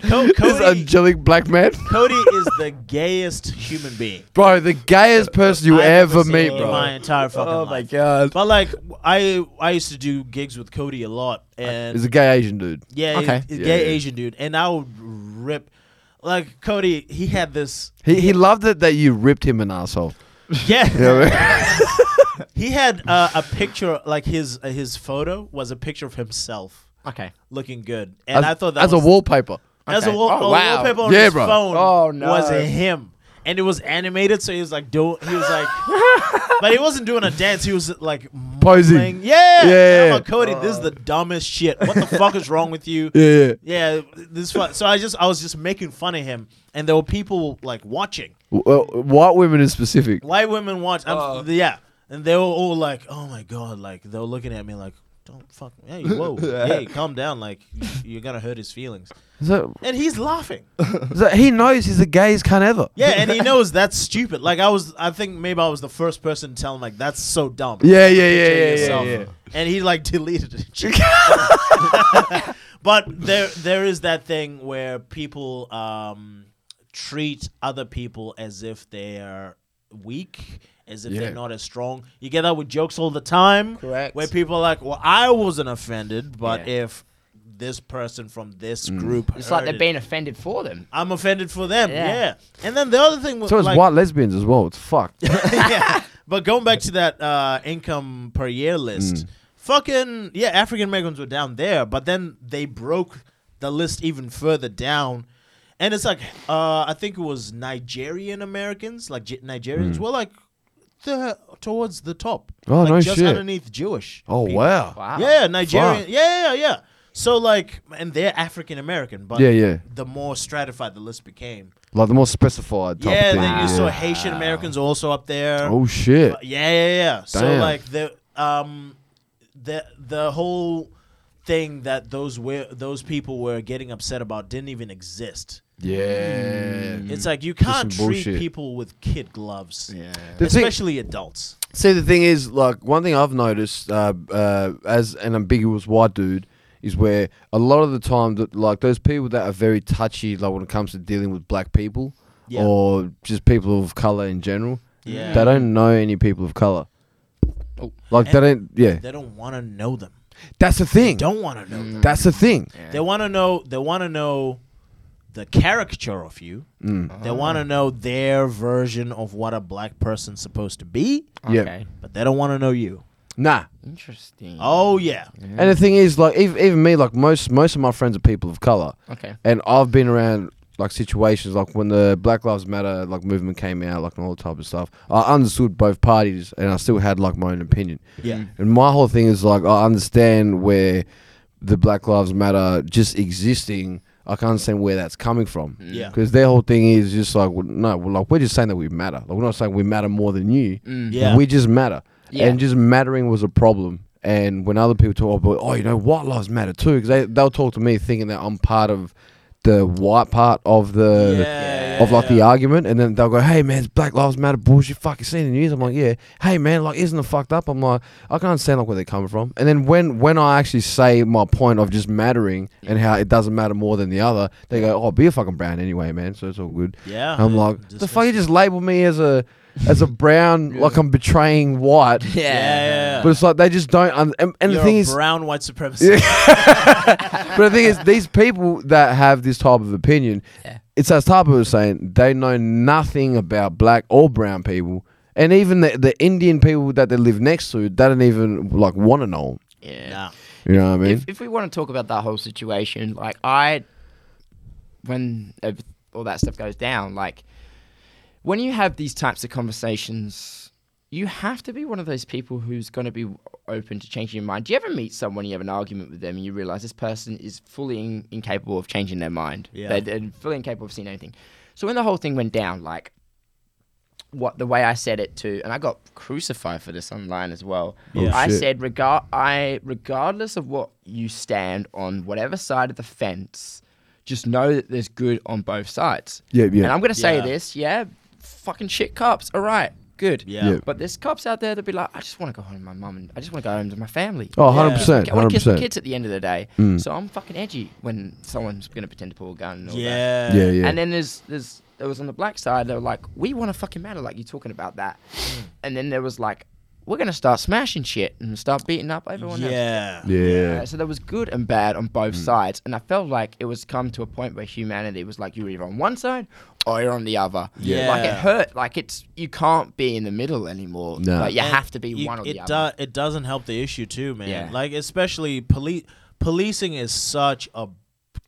Speaker 1: Co-
Speaker 2: This
Speaker 1: Cody,
Speaker 2: angelic black man.
Speaker 1: Cody is the gayest human being
Speaker 2: Bro, the gayest person you
Speaker 1: I have
Speaker 2: ever
Speaker 1: seen
Speaker 2: meet,
Speaker 1: in
Speaker 2: bro.
Speaker 1: my entire fucking
Speaker 2: oh
Speaker 1: life.
Speaker 2: my god.
Speaker 1: But like, I I used to do gigs with Cody a lot, and
Speaker 2: He's a gay Asian dude.
Speaker 1: yeah,
Speaker 3: Okay.
Speaker 1: he's a
Speaker 2: Yeah,
Speaker 1: gay
Speaker 2: yeah.
Speaker 1: Asian dude, and I would rip. Like Cody, he had this. [LAUGHS]
Speaker 2: He, he loved it that you ripped him an asshole.
Speaker 1: Yeah,
Speaker 2: You know what I mean?
Speaker 1: he had uh, a picture. Like his uh, his photo was a picture of himself
Speaker 3: Okay.
Speaker 1: looking good, and I thought that
Speaker 2: as
Speaker 1: was
Speaker 2: a wallpaper.
Speaker 1: As a
Speaker 3: Okay.
Speaker 1: wall,
Speaker 3: Oh,
Speaker 1: a
Speaker 3: wow.
Speaker 1: wallpaper on
Speaker 2: Yeah,
Speaker 1: his
Speaker 2: bro.
Speaker 1: phone
Speaker 3: Oh, no.
Speaker 1: was him. And it was animated, so he was like doing. He was like, but he wasn't doing a dance. He was like
Speaker 2: Posing.
Speaker 1: mumbling. Yeah,
Speaker 2: Yeah.
Speaker 1: And I'm like, Cody, this is the dumbest shit. What the fuck is wrong with you?
Speaker 2: Yeah, yeah.
Speaker 1: Yeah, this. Fu- so I just, I was just making fun of him, and there were people like watching.
Speaker 2: Well, uh, white women in specific.
Speaker 1: White women watch. I'm,
Speaker 3: Oh.
Speaker 1: Yeah, and they were all like, "Oh my god!" Like they were looking at me like, don't fuck. Hey, whoa, hey, calm down. Like you- you're gonna hurt his feelings.
Speaker 2: Is that,
Speaker 1: And he's laughing.
Speaker 2: is that, he knows he's the gayest cunt ever.
Speaker 1: Yeah, and he knows that's stupid. Like I was, I think maybe I was the first person to tell him like that's so dumb.
Speaker 2: [LAUGHS] Yeah, yeah, yeah,
Speaker 1: Kill
Speaker 2: yeah, yeah,
Speaker 1: yourself.
Speaker 2: yeah.
Speaker 1: And he like deleted it.
Speaker 2: [LAUGHS]
Speaker 1: but there, there is that thing where people um, treat other people as if they are weak. As if
Speaker 2: Yeah.
Speaker 1: they're not as strong. You get that with jokes all the time.
Speaker 3: Correct.
Speaker 1: Where people are like, well, I wasn't offended, but
Speaker 3: Yeah.
Speaker 1: if this person from this
Speaker 2: Mm.
Speaker 1: group.
Speaker 3: It's like
Speaker 1: heard
Speaker 3: they're
Speaker 1: it,
Speaker 3: being offended for them.
Speaker 1: I'm offended for them. Yeah.
Speaker 3: Yeah.
Speaker 1: And then the other thing was
Speaker 2: So it's
Speaker 1: like,
Speaker 2: white lesbians as well. It's fucked.
Speaker 1: [LAUGHS]
Speaker 2: [LAUGHS]
Speaker 1: yeah. But going back to that uh, income per year list,
Speaker 2: Mm.
Speaker 1: fucking yeah, African Americans were down there, but then they broke the list even further down. And it's like uh, I think it was Nigerian Americans, like J- Nigerians were like the towards the top.
Speaker 2: Mm. Oh,
Speaker 1: like
Speaker 2: no
Speaker 1: just
Speaker 2: shit.
Speaker 1: underneath Jewish.
Speaker 2: Oh
Speaker 1: people.
Speaker 2: wow.
Speaker 3: Wow.
Speaker 1: Yeah, Nigerian.
Speaker 2: Fuck.
Speaker 1: Yeah, yeah, yeah. So like and they're African American, but
Speaker 2: Yeah, yeah.
Speaker 1: the more stratified the list became.
Speaker 2: Like the more specified type
Speaker 1: yeah,
Speaker 2: of thing.
Speaker 1: then you saw
Speaker 2: yeah.
Speaker 1: Haitian Americans also up there.
Speaker 2: Oh shit.
Speaker 1: But yeah, yeah, yeah. So
Speaker 2: Damn.
Speaker 1: like the um the the whole thing that those were those people were getting upset about didn't even exist.
Speaker 2: Yeah.
Speaker 1: It's like you can't
Speaker 2: some
Speaker 1: treat
Speaker 2: bullshit.
Speaker 1: people with kid gloves.
Speaker 3: Yeah.
Speaker 2: The thing-
Speaker 1: Especially adults.
Speaker 2: See, the thing is, like, one thing I've noticed uh, uh, as an ambiguous white dude is where a lot of the time, that like, those people that are very touchy, like, when it comes to dealing with black people
Speaker 1: Yeah.
Speaker 2: or just people of color in general,
Speaker 1: Yeah.
Speaker 2: they don't know any people of color.
Speaker 3: Oh.
Speaker 2: Like, they don't, yeah.
Speaker 1: They don't want to know them.
Speaker 2: That's the thing.
Speaker 1: Don't want to know them.
Speaker 2: That's the thing.
Speaker 1: They want to know. They want to know the caricature of you.
Speaker 2: Mm.
Speaker 1: They want to know their version of what a black person's supposed to be,
Speaker 2: Yeah.
Speaker 3: Okay.
Speaker 1: but they don't want to know you.
Speaker 2: Nah.
Speaker 3: Interesting.
Speaker 1: Oh yeah,
Speaker 2: And the thing is, like, even, even me, like, most, most of my friends are people of color.
Speaker 3: Okay.
Speaker 2: and I've been around like situations like when the Black Lives Matter like movement came out, like and all that type of stuff. I understood both parties, and I still had like my own opinion. Mm-hmm.
Speaker 1: yeah.
Speaker 2: And my whole thing is like I understand where the Black Lives Matter just existing. I can understand where that's coming from.
Speaker 1: Mm-hmm. Yeah.
Speaker 2: Because their whole thing is just like, well, no, well, like we're just saying that we matter. Like we're not saying we matter more than you.
Speaker 1: Mm-hmm. Yeah.
Speaker 2: We just matter.
Speaker 3: Yeah.
Speaker 2: And just mattering was a problem. And when other people talk about, oh, you know, white lives matter too, because they they'll talk to me thinking that I'm part of the white part of the
Speaker 1: Yeah,
Speaker 2: of like
Speaker 1: yeah.
Speaker 2: the argument, and then they'll go, "Hey man, it's Black Lives Matter bullshit. Fucking seen the news." I'm like, "Yeah, hey man, like isn't it fucked up?" I'm like, I can't understand like where they're coming from. And then when when I actually say my point of just mattering and how it doesn't matter more than the other, they go, "Oh, be a fucking brown anyway, man." So it's all good.
Speaker 1: Yeah,
Speaker 2: I'm like,
Speaker 1: just
Speaker 2: Uh-huh. the fuck you just label me as a as a
Speaker 3: [LAUGHS]
Speaker 2: brown, like I'm betraying white.
Speaker 1: Yeah, yeah,
Speaker 3: Yeah.
Speaker 1: yeah.
Speaker 2: But it's like they just don't. Un- and and
Speaker 1: You're
Speaker 2: the thing
Speaker 1: a
Speaker 2: is,
Speaker 1: brown white supremacist.
Speaker 2: but the thing is, these people that have this type of opinion, it's as Tabo was saying, they know nothing about black or brown people, and even the, the Indian people that they live next to, they don't even like want to know.
Speaker 3: Yeah.
Speaker 1: Nah.
Speaker 2: You know what I mean?
Speaker 3: If, if we want to talk about that whole situation, like I, when uh, all that stuff goes down, like when you have these types of conversations, you have to be one of those people who's going to be open to changing your mind. Do you ever meet someone, you have an argument with them, and you realize this person is fully in- incapable of changing their mind?
Speaker 1: Yeah.
Speaker 3: They're, they're fully incapable of seeing anything. So when the whole thing went down, like, what the way I said it to, and I got crucified for this online as well.
Speaker 1: Yeah.
Speaker 3: I
Speaker 2: Oh, shit.
Speaker 3: said, regard, I regardless of what you stand on, whatever side of the fence, just know that there's good on both sides.
Speaker 2: Yeah, yeah.
Speaker 3: And I'm gonna say
Speaker 1: Yeah.
Speaker 3: this, yeah, fucking shit cops. All right, good.
Speaker 1: Yeah.
Speaker 2: Yeah.
Speaker 3: But there's cops out there that be like, I just want to go home to my mum and I just want to go home to my family.
Speaker 2: Oh, 100 Mm. percent,
Speaker 3: I want
Speaker 2: hundred
Speaker 3: to kiss my
Speaker 2: percent.
Speaker 3: kids at the end of the day. So I'm fucking edgy when someone's gonna pretend to pull a gun. And all That.
Speaker 1: Yeah.
Speaker 2: Yeah, yeah.
Speaker 3: And then there's there's there was on the black side they were like, we want to fucking matter, like you talking about that.
Speaker 1: Mm.
Speaker 3: and then there was like, we're gonna start smashing shit and start beating up everyone else.
Speaker 1: Yeah.
Speaker 2: yeah, Mm.
Speaker 3: Uh, So there was good and bad on both sides, and I felt like it was come to a point where humanity was like you're either on one side or you're on the other.
Speaker 1: Yeah.
Speaker 3: like it hurt. Like it's you can't be in the middle anymore.
Speaker 2: No.
Speaker 3: Like you
Speaker 1: And
Speaker 3: have to be
Speaker 1: you-
Speaker 3: one or
Speaker 1: it
Speaker 3: the other.
Speaker 1: do- it doesn't help the issue too, man.
Speaker 3: Yeah.
Speaker 1: Like especially police policing is such a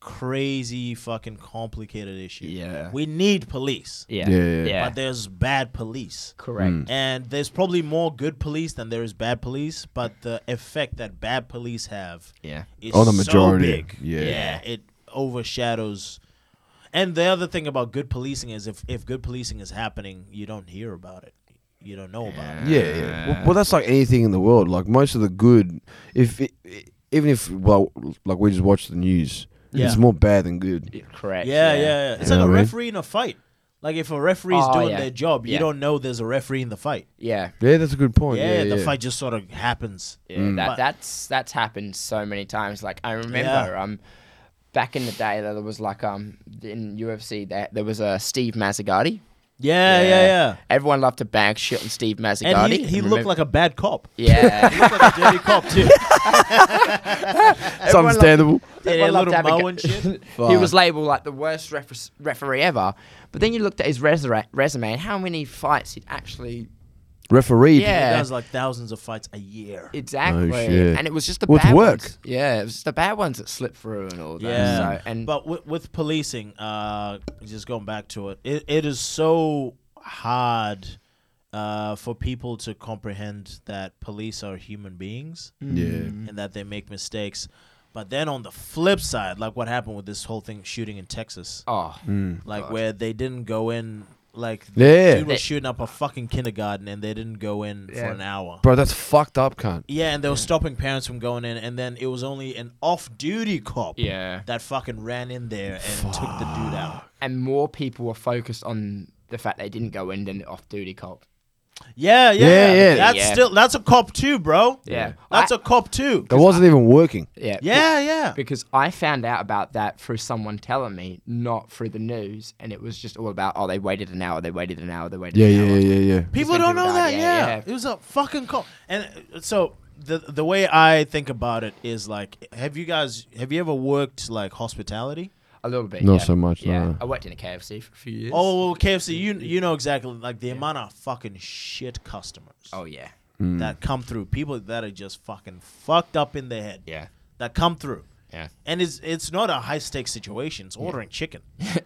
Speaker 1: crazy fucking complicated issue.
Speaker 3: Yeah.
Speaker 1: We need police.
Speaker 3: Yeah,
Speaker 2: Yeah, yeah, Mm. yeah.
Speaker 1: But there's bad police.
Speaker 3: correct.
Speaker 1: And there's probably more good police than there is bad police, but the effect that bad police have
Speaker 3: Yeah,
Speaker 1: is
Speaker 2: On Oh, the
Speaker 1: so
Speaker 2: majority,
Speaker 1: big.
Speaker 2: yeah.
Speaker 1: it overshadows. And the other thing about good policing is if if good policing is happening, you don't hear about it. you don't know about.
Speaker 2: Yeah, yeah. Well, well, that's like anything in the world. Like most of the good, if it, even if well, like we just watch the news,
Speaker 1: Yeah.
Speaker 2: it's more bad than good.
Speaker 3: Yeah, Correct.
Speaker 1: Yeah, yeah, yeah. It's like
Speaker 2: You know
Speaker 1: a
Speaker 2: what I mean?
Speaker 1: referee in a fight. Like if a referee's
Speaker 3: Oh,
Speaker 1: doing
Speaker 3: yeah.
Speaker 1: their job, you
Speaker 3: Yeah.
Speaker 1: don't know there's a referee in the fight.
Speaker 3: Yeah.
Speaker 2: Yeah, that's a good point.
Speaker 1: yeah,
Speaker 2: Oh, Yeah,
Speaker 1: the
Speaker 2: yeah.
Speaker 1: fight just sort of happens.
Speaker 3: Yeah,
Speaker 2: Mm.
Speaker 1: But-
Speaker 3: that, that's that's happened so many times. Like I remember,
Speaker 1: Yeah.
Speaker 3: um, back in the day, there was like um in UFC there there was a uh, Steve Mazzagatti.
Speaker 1: Yeah, yeah, yeah.
Speaker 3: Everyone loved to bag shit on Steve Mazzagatti.
Speaker 1: And he, he looked like a bad cop.
Speaker 3: [LAUGHS]
Speaker 1: [LAUGHS]
Speaker 3: yeah.
Speaker 1: He looked like a dirty cop
Speaker 3: [LAUGHS]
Speaker 1: too.
Speaker 2: It's understandable.
Speaker 1: Yeah,
Speaker 3: Everyone
Speaker 1: a
Speaker 3: loved
Speaker 1: little
Speaker 3: to have a
Speaker 1: mow
Speaker 3: go- [LAUGHS]
Speaker 1: and shit.
Speaker 3: he
Speaker 2: Fuck.
Speaker 3: was labelled like the worst ref- referee ever. But then you looked at his resura- resume and how many fights he'd actually
Speaker 2: Refereed.
Speaker 1: He
Speaker 3: Yeah.
Speaker 1: does like thousands of fights a year.
Speaker 3: exactly,
Speaker 2: Oh, shit.
Speaker 3: and it was just the
Speaker 2: Well, it's
Speaker 3: bad
Speaker 2: work.
Speaker 3: ones. Yeah, it was just the bad ones that slipped through and all that.
Speaker 1: Yeah,
Speaker 3: so, and
Speaker 1: but with, with policing, uh, just going back to it, it, it is so hard uh, for people to comprehend that police are human beings
Speaker 2: Yeah.
Speaker 1: and that they make mistakes. But then on the flip side, like what happened with this whole thing shooting in Texas,
Speaker 3: oh,
Speaker 2: Mm.
Speaker 1: like where they didn't go in, like
Speaker 2: Yeah.
Speaker 1: dude was
Speaker 3: They-
Speaker 1: shooting up a fucking kindergarten and they didn't go in for
Speaker 3: Yeah.
Speaker 1: an hour.
Speaker 2: Bro, that's fucked up, cunt.
Speaker 1: Yeah, and they were stopping parents from going in, and then it was only an off-duty cop
Speaker 3: yeah,
Speaker 1: that fucking ran in there and took the dude out.
Speaker 3: and more people were focused on the fact they didn't go in than the off-duty cop.
Speaker 1: Yeah, yeah, yeah.
Speaker 2: Yeah, yeah.
Speaker 1: That's
Speaker 3: Yeah.
Speaker 1: still that's a cop too, bro.
Speaker 3: Yeah.
Speaker 1: that's
Speaker 3: I-
Speaker 1: a cop too.
Speaker 2: That wasn't even working.
Speaker 3: Yeah,
Speaker 1: Yeah, yeah.
Speaker 3: because I found out about that through someone telling me, not through the news, and it was just all about oh they waited an hour, they waited an hour, they waited
Speaker 2: Yeah,
Speaker 3: an
Speaker 2: yeah,
Speaker 3: hour.
Speaker 2: yeah, yeah, yeah.
Speaker 1: People
Speaker 3: Just
Speaker 1: don't
Speaker 3: think
Speaker 1: know
Speaker 3: about
Speaker 1: that.
Speaker 3: it,
Speaker 1: Yeah,
Speaker 3: yeah,
Speaker 1: it was a fucking cop. And uh, so the the way I think about it is like, have you guys have you ever worked like hospitality?
Speaker 3: A little bit.
Speaker 2: Not
Speaker 3: yeah.
Speaker 2: so much,
Speaker 3: Yeah.
Speaker 2: no.
Speaker 3: I worked in a KFC for a few years.
Speaker 1: Oh, well, KFC. You you know exactly like the amount of fucking shit customers
Speaker 3: Oh yeah.
Speaker 1: that come through. People that are just fucking fucked up in their head.
Speaker 3: Yeah.
Speaker 1: that come through.
Speaker 3: Yeah.
Speaker 1: And it's it's not a high stakes situation. It's ordering
Speaker 2: [LAUGHS]
Speaker 1: chicken.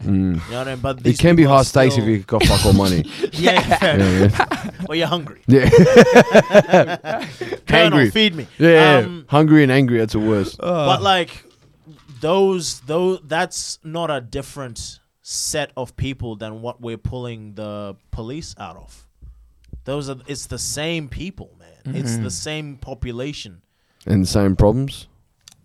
Speaker 1: You know what I mean? But
Speaker 2: Mm. It
Speaker 1: these
Speaker 2: can be
Speaker 1: people are
Speaker 2: high stakes if
Speaker 1: still-
Speaker 2: you got fuck all money.
Speaker 1: [LAUGHS] yeah, fair enough.
Speaker 2: yeah, yeah.
Speaker 1: [LAUGHS] or you're hungry.
Speaker 2: yeah.
Speaker 1: Colonel,
Speaker 2: Angry.
Speaker 1: feed me.
Speaker 2: yeah. Ah.
Speaker 1: Um, uh,
Speaker 2: Hungry and angry, that's the worst.
Speaker 1: but like those, though, that's not a different set of people than what we're pulling the police out of. Those are it's the same people, man. It's
Speaker 2: Mm-hmm.
Speaker 1: the same population.
Speaker 2: and same problems.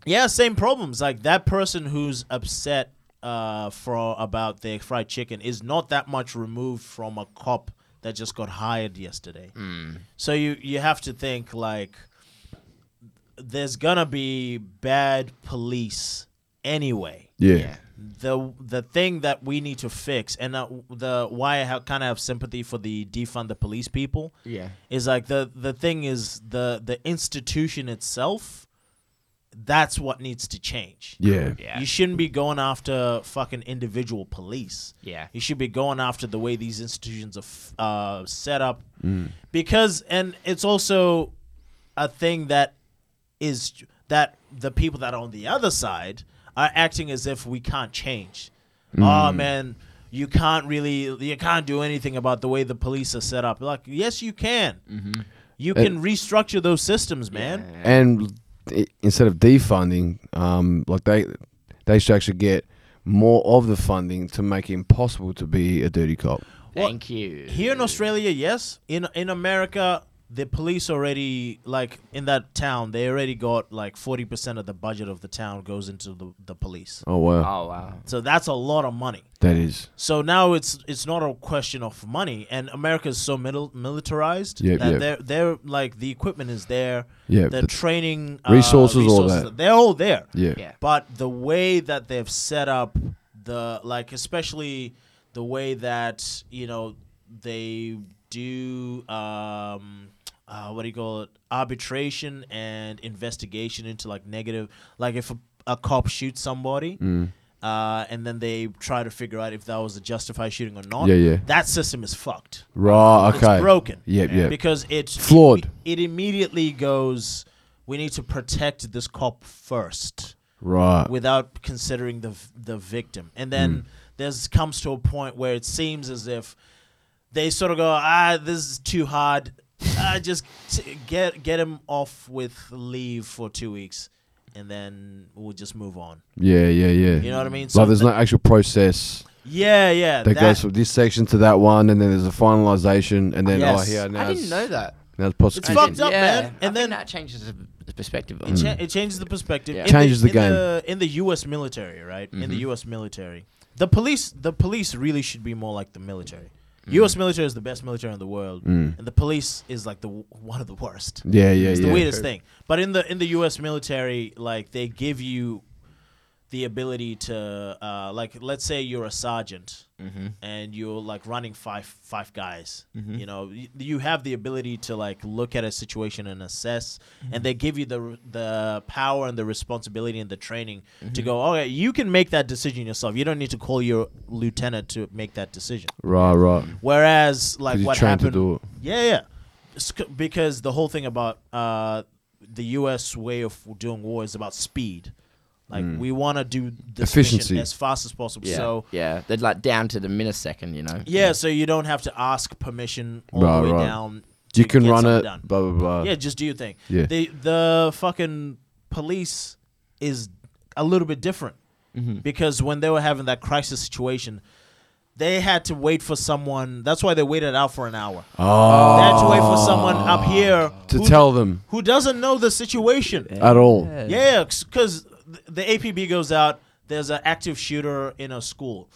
Speaker 1: Yeah, same problems. Like that person who's upset uh, for about their fried chicken is not that much removed from a cop that just got hired yesterday. So you you have to think like there's gonna be bad police anyway
Speaker 2: Yeah.
Speaker 1: the the thing that we need to fix and that the why I ha- kind of have sympathy for the defund the police people
Speaker 3: Yeah.
Speaker 1: is like the the thing is the the institution itself that's what needs to change
Speaker 2: Yeah.
Speaker 3: Yeah.
Speaker 1: you shouldn't be going after fucking individual police
Speaker 3: Yeah.
Speaker 1: you should be going after the way these institutions are f- uh, set up because and it's also a thing that is that the people that are on the other side are acting as if we can't change oh man you can't really you can't do anything about the way the police are set up like yes you can
Speaker 3: Mm-hmm.
Speaker 1: you can restructure those systems man
Speaker 3: Uh,
Speaker 2: And i- instead of defunding, um, like they they should actually get more of the funding to make it impossible to be a dirty cop.
Speaker 3: Thank you.
Speaker 1: Here in Australia, yes. In in America, the police already like in that town, they already got like forty percent of the budget of the town goes into the, the police.
Speaker 2: Oh wow,
Speaker 3: Oh wow.
Speaker 1: So that's a lot of money.
Speaker 2: that is
Speaker 1: So now it's it's not a question of money, and America is so middle, militarized
Speaker 2: Yep,
Speaker 1: that
Speaker 2: yep.
Speaker 1: they're they're like the equipment is there,
Speaker 2: Yeah,
Speaker 1: the,
Speaker 2: the
Speaker 1: training uh,
Speaker 2: resources, all that.
Speaker 1: they're all there.
Speaker 2: yeah.
Speaker 3: Yeah.
Speaker 1: But the way that they've set up the like, especially the way that you know they do, um, uh, what do you call it, arbitration and investigation into like negative, like if a, a cop shoots somebody.
Speaker 2: Mm.
Speaker 1: Uh, and then they try to figure out if that was a justified shooting or not.
Speaker 2: Yeah, yeah.
Speaker 1: That system is fucked.
Speaker 2: Right. Okay.
Speaker 1: It's broken.
Speaker 2: Yep, yep.
Speaker 1: Because it's
Speaker 2: Flawed.
Speaker 1: It, immediately goes. We need to protect this cop first,
Speaker 2: Right.
Speaker 1: without considering the the victim. And
Speaker 2: Mm.
Speaker 1: then there's comes to a point where it seems as if they sort of go, ah, this is too hard. I just t- get get him off with leave for two weeks, and then we'll just move on.
Speaker 2: yeah. Yeah. Yeah.
Speaker 1: You know what I mean?
Speaker 2: like, there's
Speaker 1: th-
Speaker 2: no actual process.
Speaker 1: Yeah, yeah.
Speaker 2: that,
Speaker 1: that-
Speaker 2: goes from this section to that one, and then there's a finalization, and then
Speaker 1: Yes.
Speaker 2: oh here now
Speaker 3: I didn't
Speaker 2: it's-
Speaker 3: know that.
Speaker 2: Now it's
Speaker 1: It's
Speaker 2: prosecution.
Speaker 1: fucked up,
Speaker 3: yeah.
Speaker 1: man.
Speaker 3: I
Speaker 1: And
Speaker 3: think
Speaker 1: then-
Speaker 3: that changes the the perspective.
Speaker 1: it, cha- it changes the perspective.
Speaker 3: Yeah.
Speaker 1: In
Speaker 2: Mm. Changes the
Speaker 1: in
Speaker 2: game. Mm-hmm.
Speaker 1: the- in the U.S. military, right? In the U.S. military, the police, the police really should be more like the military.
Speaker 2: Mm.
Speaker 1: U.S. military is the best military in the world, and the police is like the w- one of the worst.
Speaker 2: Yeah, yeah,
Speaker 1: It's
Speaker 2: yeah.
Speaker 1: the weirdest thing. But in the in the U.S. military, like they give you the ability to, uh, like, let's say you're a sergeant
Speaker 2: Mm-hmm.
Speaker 1: and you're like running five five guys. You know, y- you have the ability to like look at a situation and assess,
Speaker 2: Mm-hmm.
Speaker 1: and they give you the r- the power and the responsibility and the training
Speaker 2: Mm-hmm.
Speaker 1: to go. Okay, you can make that decision yourself. You don't need to call your lieutenant to make that decision.
Speaker 2: Right, right.
Speaker 1: Whereas,
Speaker 2: 'Cause
Speaker 1: like,
Speaker 2: you're
Speaker 1: what
Speaker 2: trained to
Speaker 1: happened?
Speaker 2: do it.
Speaker 1: Yeah, yeah. It's c- Because the whole thing about uh, the U.S. way of doing war is about speed. Like we want to do this mission
Speaker 2: Mm. Efficiency.
Speaker 1: as fast as possible.
Speaker 3: Yeah.
Speaker 1: So
Speaker 3: yeah, they're like down to the millisecond, you know.
Speaker 1: yeah, so you don't have to ask permission all
Speaker 2: Right,
Speaker 1: the way
Speaker 2: right.
Speaker 1: down.
Speaker 2: You
Speaker 1: to
Speaker 2: can
Speaker 1: get
Speaker 2: run
Speaker 1: something
Speaker 2: it.
Speaker 1: done.
Speaker 2: Blah blah blah.
Speaker 1: Yeah, just do your thing.
Speaker 2: Yeah.
Speaker 1: The the fucking police is a little bit different because when they were having that crisis situation, they had to wait for someone. That's why they waited out for an hour.
Speaker 2: Oh,
Speaker 1: They had to wait for someone up here
Speaker 2: to
Speaker 1: who-
Speaker 2: tell them
Speaker 1: who doesn't know the situation.
Speaker 2: at all.
Speaker 1: Yeah, because the APB goes out. There's an active shooter in a school.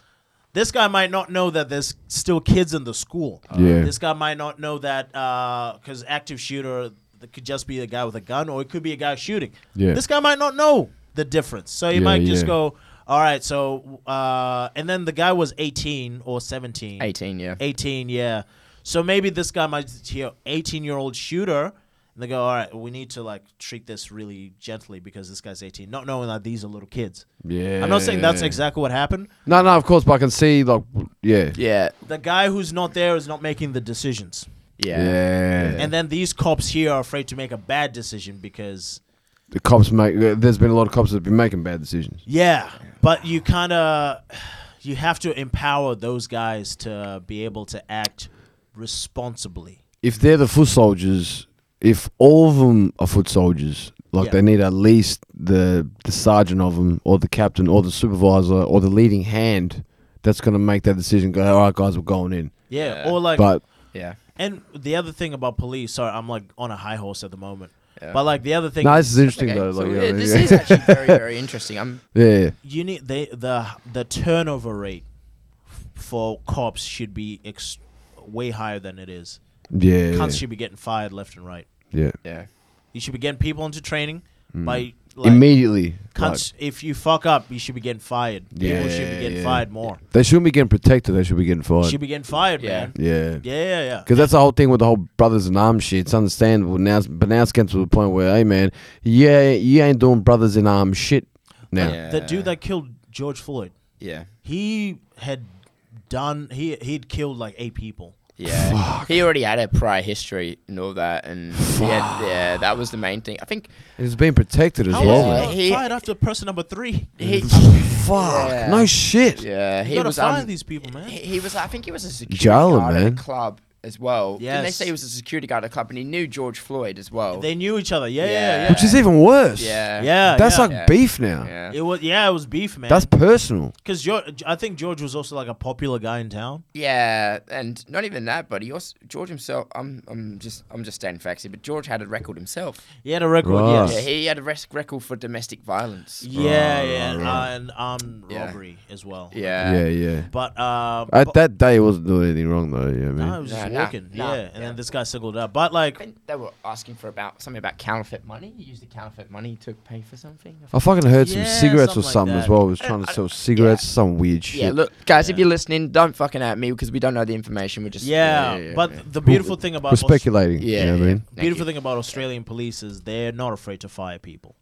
Speaker 1: This guy might not know that there's still kids in the school.
Speaker 2: Yeah.
Speaker 1: This guy might not know that because active shooter th- could just be a guy with a gun, or it could be a guy shooting.
Speaker 2: Yeah.
Speaker 1: This guy might not know the difference, so he
Speaker 2: Yeah,
Speaker 1: might just
Speaker 2: yeah.
Speaker 1: go, "All right." So, uh, and then the guy was 18 or 17.
Speaker 3: 18, yeah.
Speaker 1: 18, yeah. So maybe this guy might hear 18 year old shooter, and they go, all right, we need to like treat this really gently because this guy's 18, not knowing that these are little kids.
Speaker 2: Yeah.
Speaker 1: I'm not saying that's exactly what happened.
Speaker 2: No, no, of course, but I can see like, yeah,
Speaker 3: Yeah.
Speaker 1: The guy who's not there is not making the decisions.
Speaker 3: Yeah.
Speaker 2: yeah.
Speaker 1: And then these cops here are afraid to make a bad decision because,
Speaker 2: the cops make. There's been a lot of cops that have been making bad decisions.
Speaker 1: yeah, but you kind of. You have to empower those guys to be able to act responsibly.
Speaker 2: If they're the foot soldiers, if all of them are foot soldiers, like
Speaker 1: Yeah.
Speaker 2: they need at least the the sergeant of them, or the captain, or the supervisor, or the leading hand. That's gonna make that decision. Go, all right, guys, we're going in.
Speaker 1: Yeah,
Speaker 3: Yeah.
Speaker 1: or like
Speaker 2: But
Speaker 3: Yeah.
Speaker 1: And the other thing about police, sorry, I'm like on a high horse at the moment.
Speaker 3: Yeah.
Speaker 1: But like the other thing,
Speaker 2: no, this is interesting
Speaker 3: Okay,
Speaker 2: though.
Speaker 3: so,
Speaker 2: Like,
Speaker 3: yeah,
Speaker 2: yeah,
Speaker 3: this
Speaker 2: yeah. [LAUGHS]
Speaker 3: is actually very, very interesting. I'm
Speaker 2: yeah, yeah.
Speaker 1: you need they, the the turnover rate f- for cops should be ex- way higher than it is.
Speaker 2: Yeah, yeah,
Speaker 1: Cunts should be getting fired left and right.
Speaker 2: yeah.
Speaker 3: yeah.
Speaker 1: You should be getting people into training by like
Speaker 2: Immediately, Mm. like,
Speaker 1: cunts. if you fuck up, you should be getting fired. people should
Speaker 2: Yeah,
Speaker 1: be getting
Speaker 2: yeah.
Speaker 1: fired more.
Speaker 2: they shouldn't be getting protected. They should be getting fired.
Speaker 1: Should be getting fired,
Speaker 3: Yeah.
Speaker 1: man.
Speaker 2: yeah,
Speaker 1: Yeah, yeah, yeah.
Speaker 2: Because that's the whole thing with the whole brothers in arms shit. It's understandable now, but now it's getting to the point where, hey man, yeah, you ain't doing brothers in arms shit now.
Speaker 3: Yeah.
Speaker 1: The dude that killed George Floyd,
Speaker 3: Yeah.
Speaker 1: he had done he he'd killed like eight people.
Speaker 3: Yeah. He already had a prior history and all that and he had- yeah, that was the main thing. I think
Speaker 2: And It's being protected as
Speaker 1: How
Speaker 2: well.
Speaker 1: was he
Speaker 3: Yeah.
Speaker 2: man.
Speaker 1: not
Speaker 3: He-
Speaker 1: fired after person number three?
Speaker 3: he
Speaker 2: Fuck,
Speaker 3: Yeah.
Speaker 2: no shit.
Speaker 3: Yeah,
Speaker 1: You
Speaker 3: he
Speaker 1: gotta
Speaker 3: was
Speaker 1: fire
Speaker 3: um,
Speaker 1: these people, man.
Speaker 3: he, he was I think he was a security
Speaker 2: Jail him,
Speaker 3: guard at
Speaker 2: man.
Speaker 3: a club as well. Yeah. Didn't they
Speaker 1: Yes.
Speaker 3: say he was a security guard at a club and he knew George Floyd as well?
Speaker 1: They knew each other. Yeah,
Speaker 3: Yeah.
Speaker 1: yeah, yeah.
Speaker 2: Which is even worse.
Speaker 1: Yeah,
Speaker 3: yeah.
Speaker 2: that's
Speaker 1: yeah.
Speaker 2: like
Speaker 3: Yeah.
Speaker 2: beef now.
Speaker 3: Yeah.
Speaker 1: it was. Yeah, it was beef, man.
Speaker 2: That's personal.
Speaker 1: because George. I think George was also like a popular guy in town.
Speaker 3: Yeah, and not even that, but he also George himself. I'm, I'm just, I'm just stating facts here. But George had a record himself.
Speaker 1: He had a record.
Speaker 2: Right.
Speaker 3: Yeah,
Speaker 1: Yes.
Speaker 3: he had a res- record for domestic violence.
Speaker 1: yeah, yeah, and armed
Speaker 3: Yeah.
Speaker 1: robbery as well.
Speaker 3: Yeah,
Speaker 2: Yeah, yeah.
Speaker 1: But um,
Speaker 2: At
Speaker 1: but,
Speaker 2: that day, he wasn't doing anything wrong though. Yeah, man.
Speaker 1: no, I was just
Speaker 3: Nah, nah,
Speaker 1: walking.
Speaker 3: nah,
Speaker 1: yeah, and
Speaker 3: yeah.
Speaker 1: then this guy singled out. But like,
Speaker 3: I think they were asking for about something about counterfeit money. He used the counterfeit money to pay for something. I
Speaker 2: I fucking heard some
Speaker 1: Yeah,
Speaker 2: cigarettes or
Speaker 1: something like
Speaker 2: something
Speaker 1: that.
Speaker 2: as well. He was trying to sell cigarettes, some weird
Speaker 3: think.
Speaker 2: shit.
Speaker 3: yeah, look, guys, if you're listening, don't fucking at me because we don't know the information. We're just
Speaker 1: yeah, but the beautiful thing about
Speaker 2: We're
Speaker 1: Aus-
Speaker 2: speculating.
Speaker 3: yeah,
Speaker 2: you know what I
Speaker 3: yeah.
Speaker 2: mean?
Speaker 3: Thank
Speaker 1: beautiful
Speaker 3: you.
Speaker 1: thing about Australian police is they're not afraid to fire people.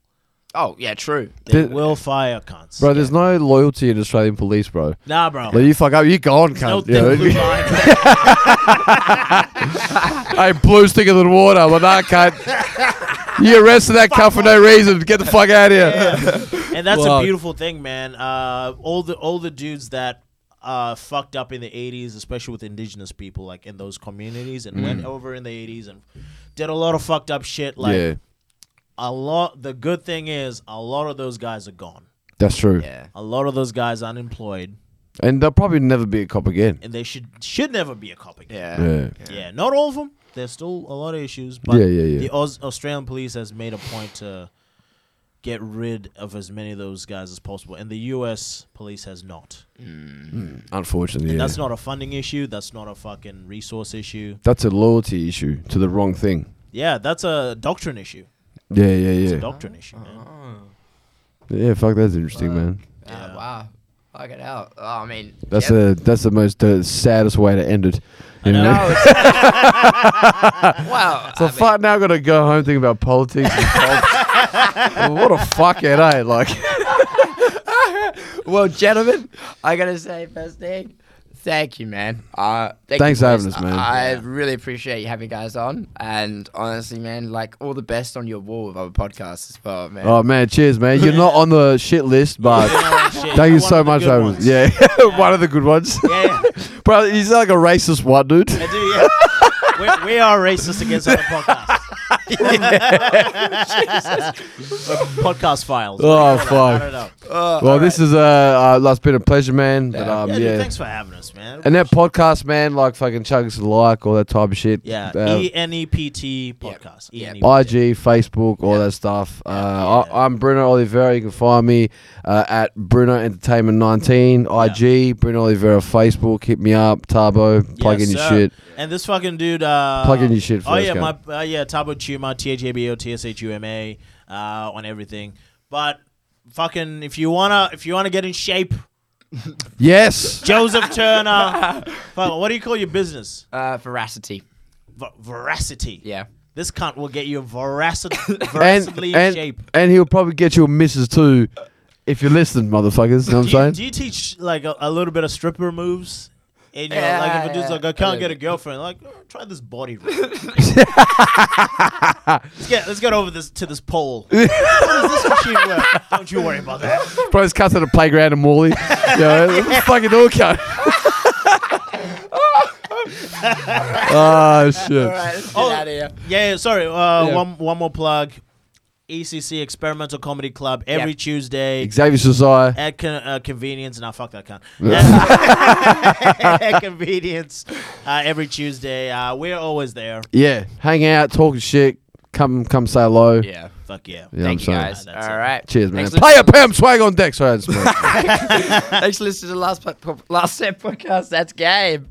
Speaker 3: Oh yeah, true.
Speaker 1: They
Speaker 2: Did-
Speaker 1: will fire cunts.
Speaker 2: Bro, there's no loyalty in Australian police, bro.
Speaker 1: Nah, bro.
Speaker 2: Like, you fuck up, you gone,
Speaker 1: No
Speaker 2: cunt.
Speaker 1: thin
Speaker 2: you know?
Speaker 1: blue line.
Speaker 2: [LAUGHS] hey, blue's thicker than water, but nah, cunt. you arrested that cunt for no reason. Get the fuck out of here.
Speaker 1: and that's
Speaker 2: Fuck.
Speaker 1: a beautiful thing, man. Uh, all the all the dudes that uh, fucked up in the '80s, especially with indigenous people, like in those communities, and
Speaker 2: Mm.
Speaker 1: went over in the '80s and did a lot of fucked up shit. Like
Speaker 2: yeah,
Speaker 1: a lot. The good thing is, a lot of those guys are gone.
Speaker 2: that's true.
Speaker 3: Yeah,
Speaker 1: A lot of those guys unemployed.
Speaker 2: And they'll probably never be a cop again.
Speaker 1: and they should should never be a cop again.
Speaker 3: Yeah. Uh,
Speaker 2: Yeah.
Speaker 1: Yeah, not all of them. There's still a lot of issues, but
Speaker 2: Yeah, yeah, yeah.
Speaker 1: the Aus- Australian police has made a point to get rid of as many of those guys as possible, and the U.S. police has not.
Speaker 2: Unfortunately, yeah.
Speaker 1: That's not a funding issue. That's not a fucking resource issue.
Speaker 2: That's a loyalty issue to the wrong thing.
Speaker 1: Yeah, that's a doctrine issue.
Speaker 2: Yeah, yeah,
Speaker 1: It's a
Speaker 2: yeah.
Speaker 1: doctrine issue, man.
Speaker 3: Oh.
Speaker 2: Yeah, fuck, that's interesting, man.
Speaker 1: Uh, Yeah.
Speaker 3: Ah, wow. Fuck it out. Oh, I mean,
Speaker 2: That's
Speaker 3: yeah.
Speaker 2: the that's the most uh, saddest way to end it. You know?
Speaker 3: No,
Speaker 2: [LAUGHS]
Speaker 1: [LAUGHS]
Speaker 3: it's, [LAUGHS] wow.
Speaker 2: So
Speaker 3: I mean,
Speaker 2: fuck now, gotta go home thinking about politics. And
Speaker 1: [LAUGHS]
Speaker 2: pol- what a fuckhead, eh? Like,
Speaker 3: well, gentlemen, I gotta say first thing, thank you, man. Uh, thank
Speaker 2: Thanks
Speaker 3: you
Speaker 2: for
Speaker 3: boys.
Speaker 2: having us, man.
Speaker 3: I I really appreciate you having guys on, and honestly, man, like all the best on your wall with other podcasts as well, man.
Speaker 2: oh man, cheers, man. You're not on the shit list, but
Speaker 1: Shit,
Speaker 2: thank you
Speaker 1: you're one
Speaker 2: so
Speaker 1: of the
Speaker 2: much,
Speaker 1: good
Speaker 2: David.
Speaker 1: ones.
Speaker 2: Yeah, [LAUGHS] one of the good ones.
Speaker 1: yeah, yeah.
Speaker 2: [LAUGHS] Bro, he's like a racist white dude.
Speaker 1: I do. Yeah, we, we are racist against other
Speaker 2: [LAUGHS]
Speaker 1: podcasts. [LAUGHS] We're podcast files.
Speaker 2: Oh
Speaker 1: I
Speaker 2: fuck.
Speaker 1: don't know.
Speaker 3: Oh,
Speaker 2: Well,
Speaker 3: all
Speaker 2: this is uh, uh, it's been a pleasure, man. But
Speaker 3: Yeah.
Speaker 2: um,
Speaker 1: Yeah,
Speaker 2: yeah.
Speaker 1: dude, thanks for having us, man.
Speaker 2: and that podcast, man, like fucking chugs like all that type of shit.
Speaker 1: Yeah,
Speaker 2: Uh,
Speaker 1: E N E P T podcast. E
Speaker 3: Yep.
Speaker 1: ENEPT.
Speaker 2: IG, Facebook, all that stuff. Uh, I, I'm Bruno Oliveira. You can find me uh, at Bruno Entertainment 19. IG, Bruno Oliveira. Facebook, hit me up. Tarbo, plug
Speaker 1: Yes,
Speaker 2: in your
Speaker 1: sir.
Speaker 2: shit.
Speaker 1: And this fucking dude. Uh,
Speaker 2: Plug in your shit
Speaker 1: Oh
Speaker 2: first,
Speaker 1: yeah, my
Speaker 2: go.
Speaker 1: uh, yeah, Tabo Chuma, T H A B O T S H U M A, uh, on everything. But fucking, if you wanna, if you wanna get in shape,
Speaker 2: Yes.
Speaker 1: Joseph
Speaker 3: [LAUGHS]
Speaker 1: Turner. fuck, what do you call your business?
Speaker 3: Uh, veracity.
Speaker 1: V- veracity.
Speaker 2: [LAUGHS]
Speaker 3: Yeah.
Speaker 1: This cunt will get you veracity,
Speaker 2: And,
Speaker 1: veracity in
Speaker 2: and,
Speaker 1: shape.
Speaker 2: and he'll probably get you a missus too if you listen, motherfuckers. You know what
Speaker 1: Do you,
Speaker 2: I'm
Speaker 1: do
Speaker 2: saying?
Speaker 1: you teach like a, a little bit of stripper moves? And you're like, if a dude's
Speaker 3: Yeah,
Speaker 1: like, I
Speaker 3: a
Speaker 1: can't
Speaker 3: little
Speaker 1: get a
Speaker 3: bit.
Speaker 1: girlfriend, like, "Oh, try this body roll. let's get let's get over this to this
Speaker 2: [LAUGHS]
Speaker 1: pole. what is this machine work? Don't you worry about that.
Speaker 2: Bro, it's cuts at a playground in Morley. you know, fucking all cut. [LAUGHS] oh, shit.
Speaker 3: All right, let's get
Speaker 1: Oh.
Speaker 3: out of here.
Speaker 1: Yeah, sorry. Uh,
Speaker 2: Yeah.
Speaker 1: One one more plug. ECC Experimental Comedy Club every
Speaker 3: Yep.
Speaker 1: Tuesday.
Speaker 2: Xavier Sazai.
Speaker 1: At con- uh, convenience, now fuck that cunt.
Speaker 2: [LAUGHS]
Speaker 1: At [LAUGHS] convenience, uh, every Tuesday. Uh, we're always there.
Speaker 2: Yeah, hang out, talking shit. Come, come say hello. Yeah,
Speaker 3: Yeah.
Speaker 1: Fuck yeah.
Speaker 2: I'm
Speaker 3: Thank you
Speaker 2: saying.
Speaker 3: guys.
Speaker 1: That's
Speaker 3: All
Speaker 1: it.
Speaker 3: right.
Speaker 2: Cheers, man.
Speaker 3: Thanks,
Speaker 2: Player
Speaker 3: listeners.
Speaker 2: Pam swag on deck. Sorry, I had to smoke.
Speaker 3: Thanks for listening to the last po- po- last set podcast. That's game.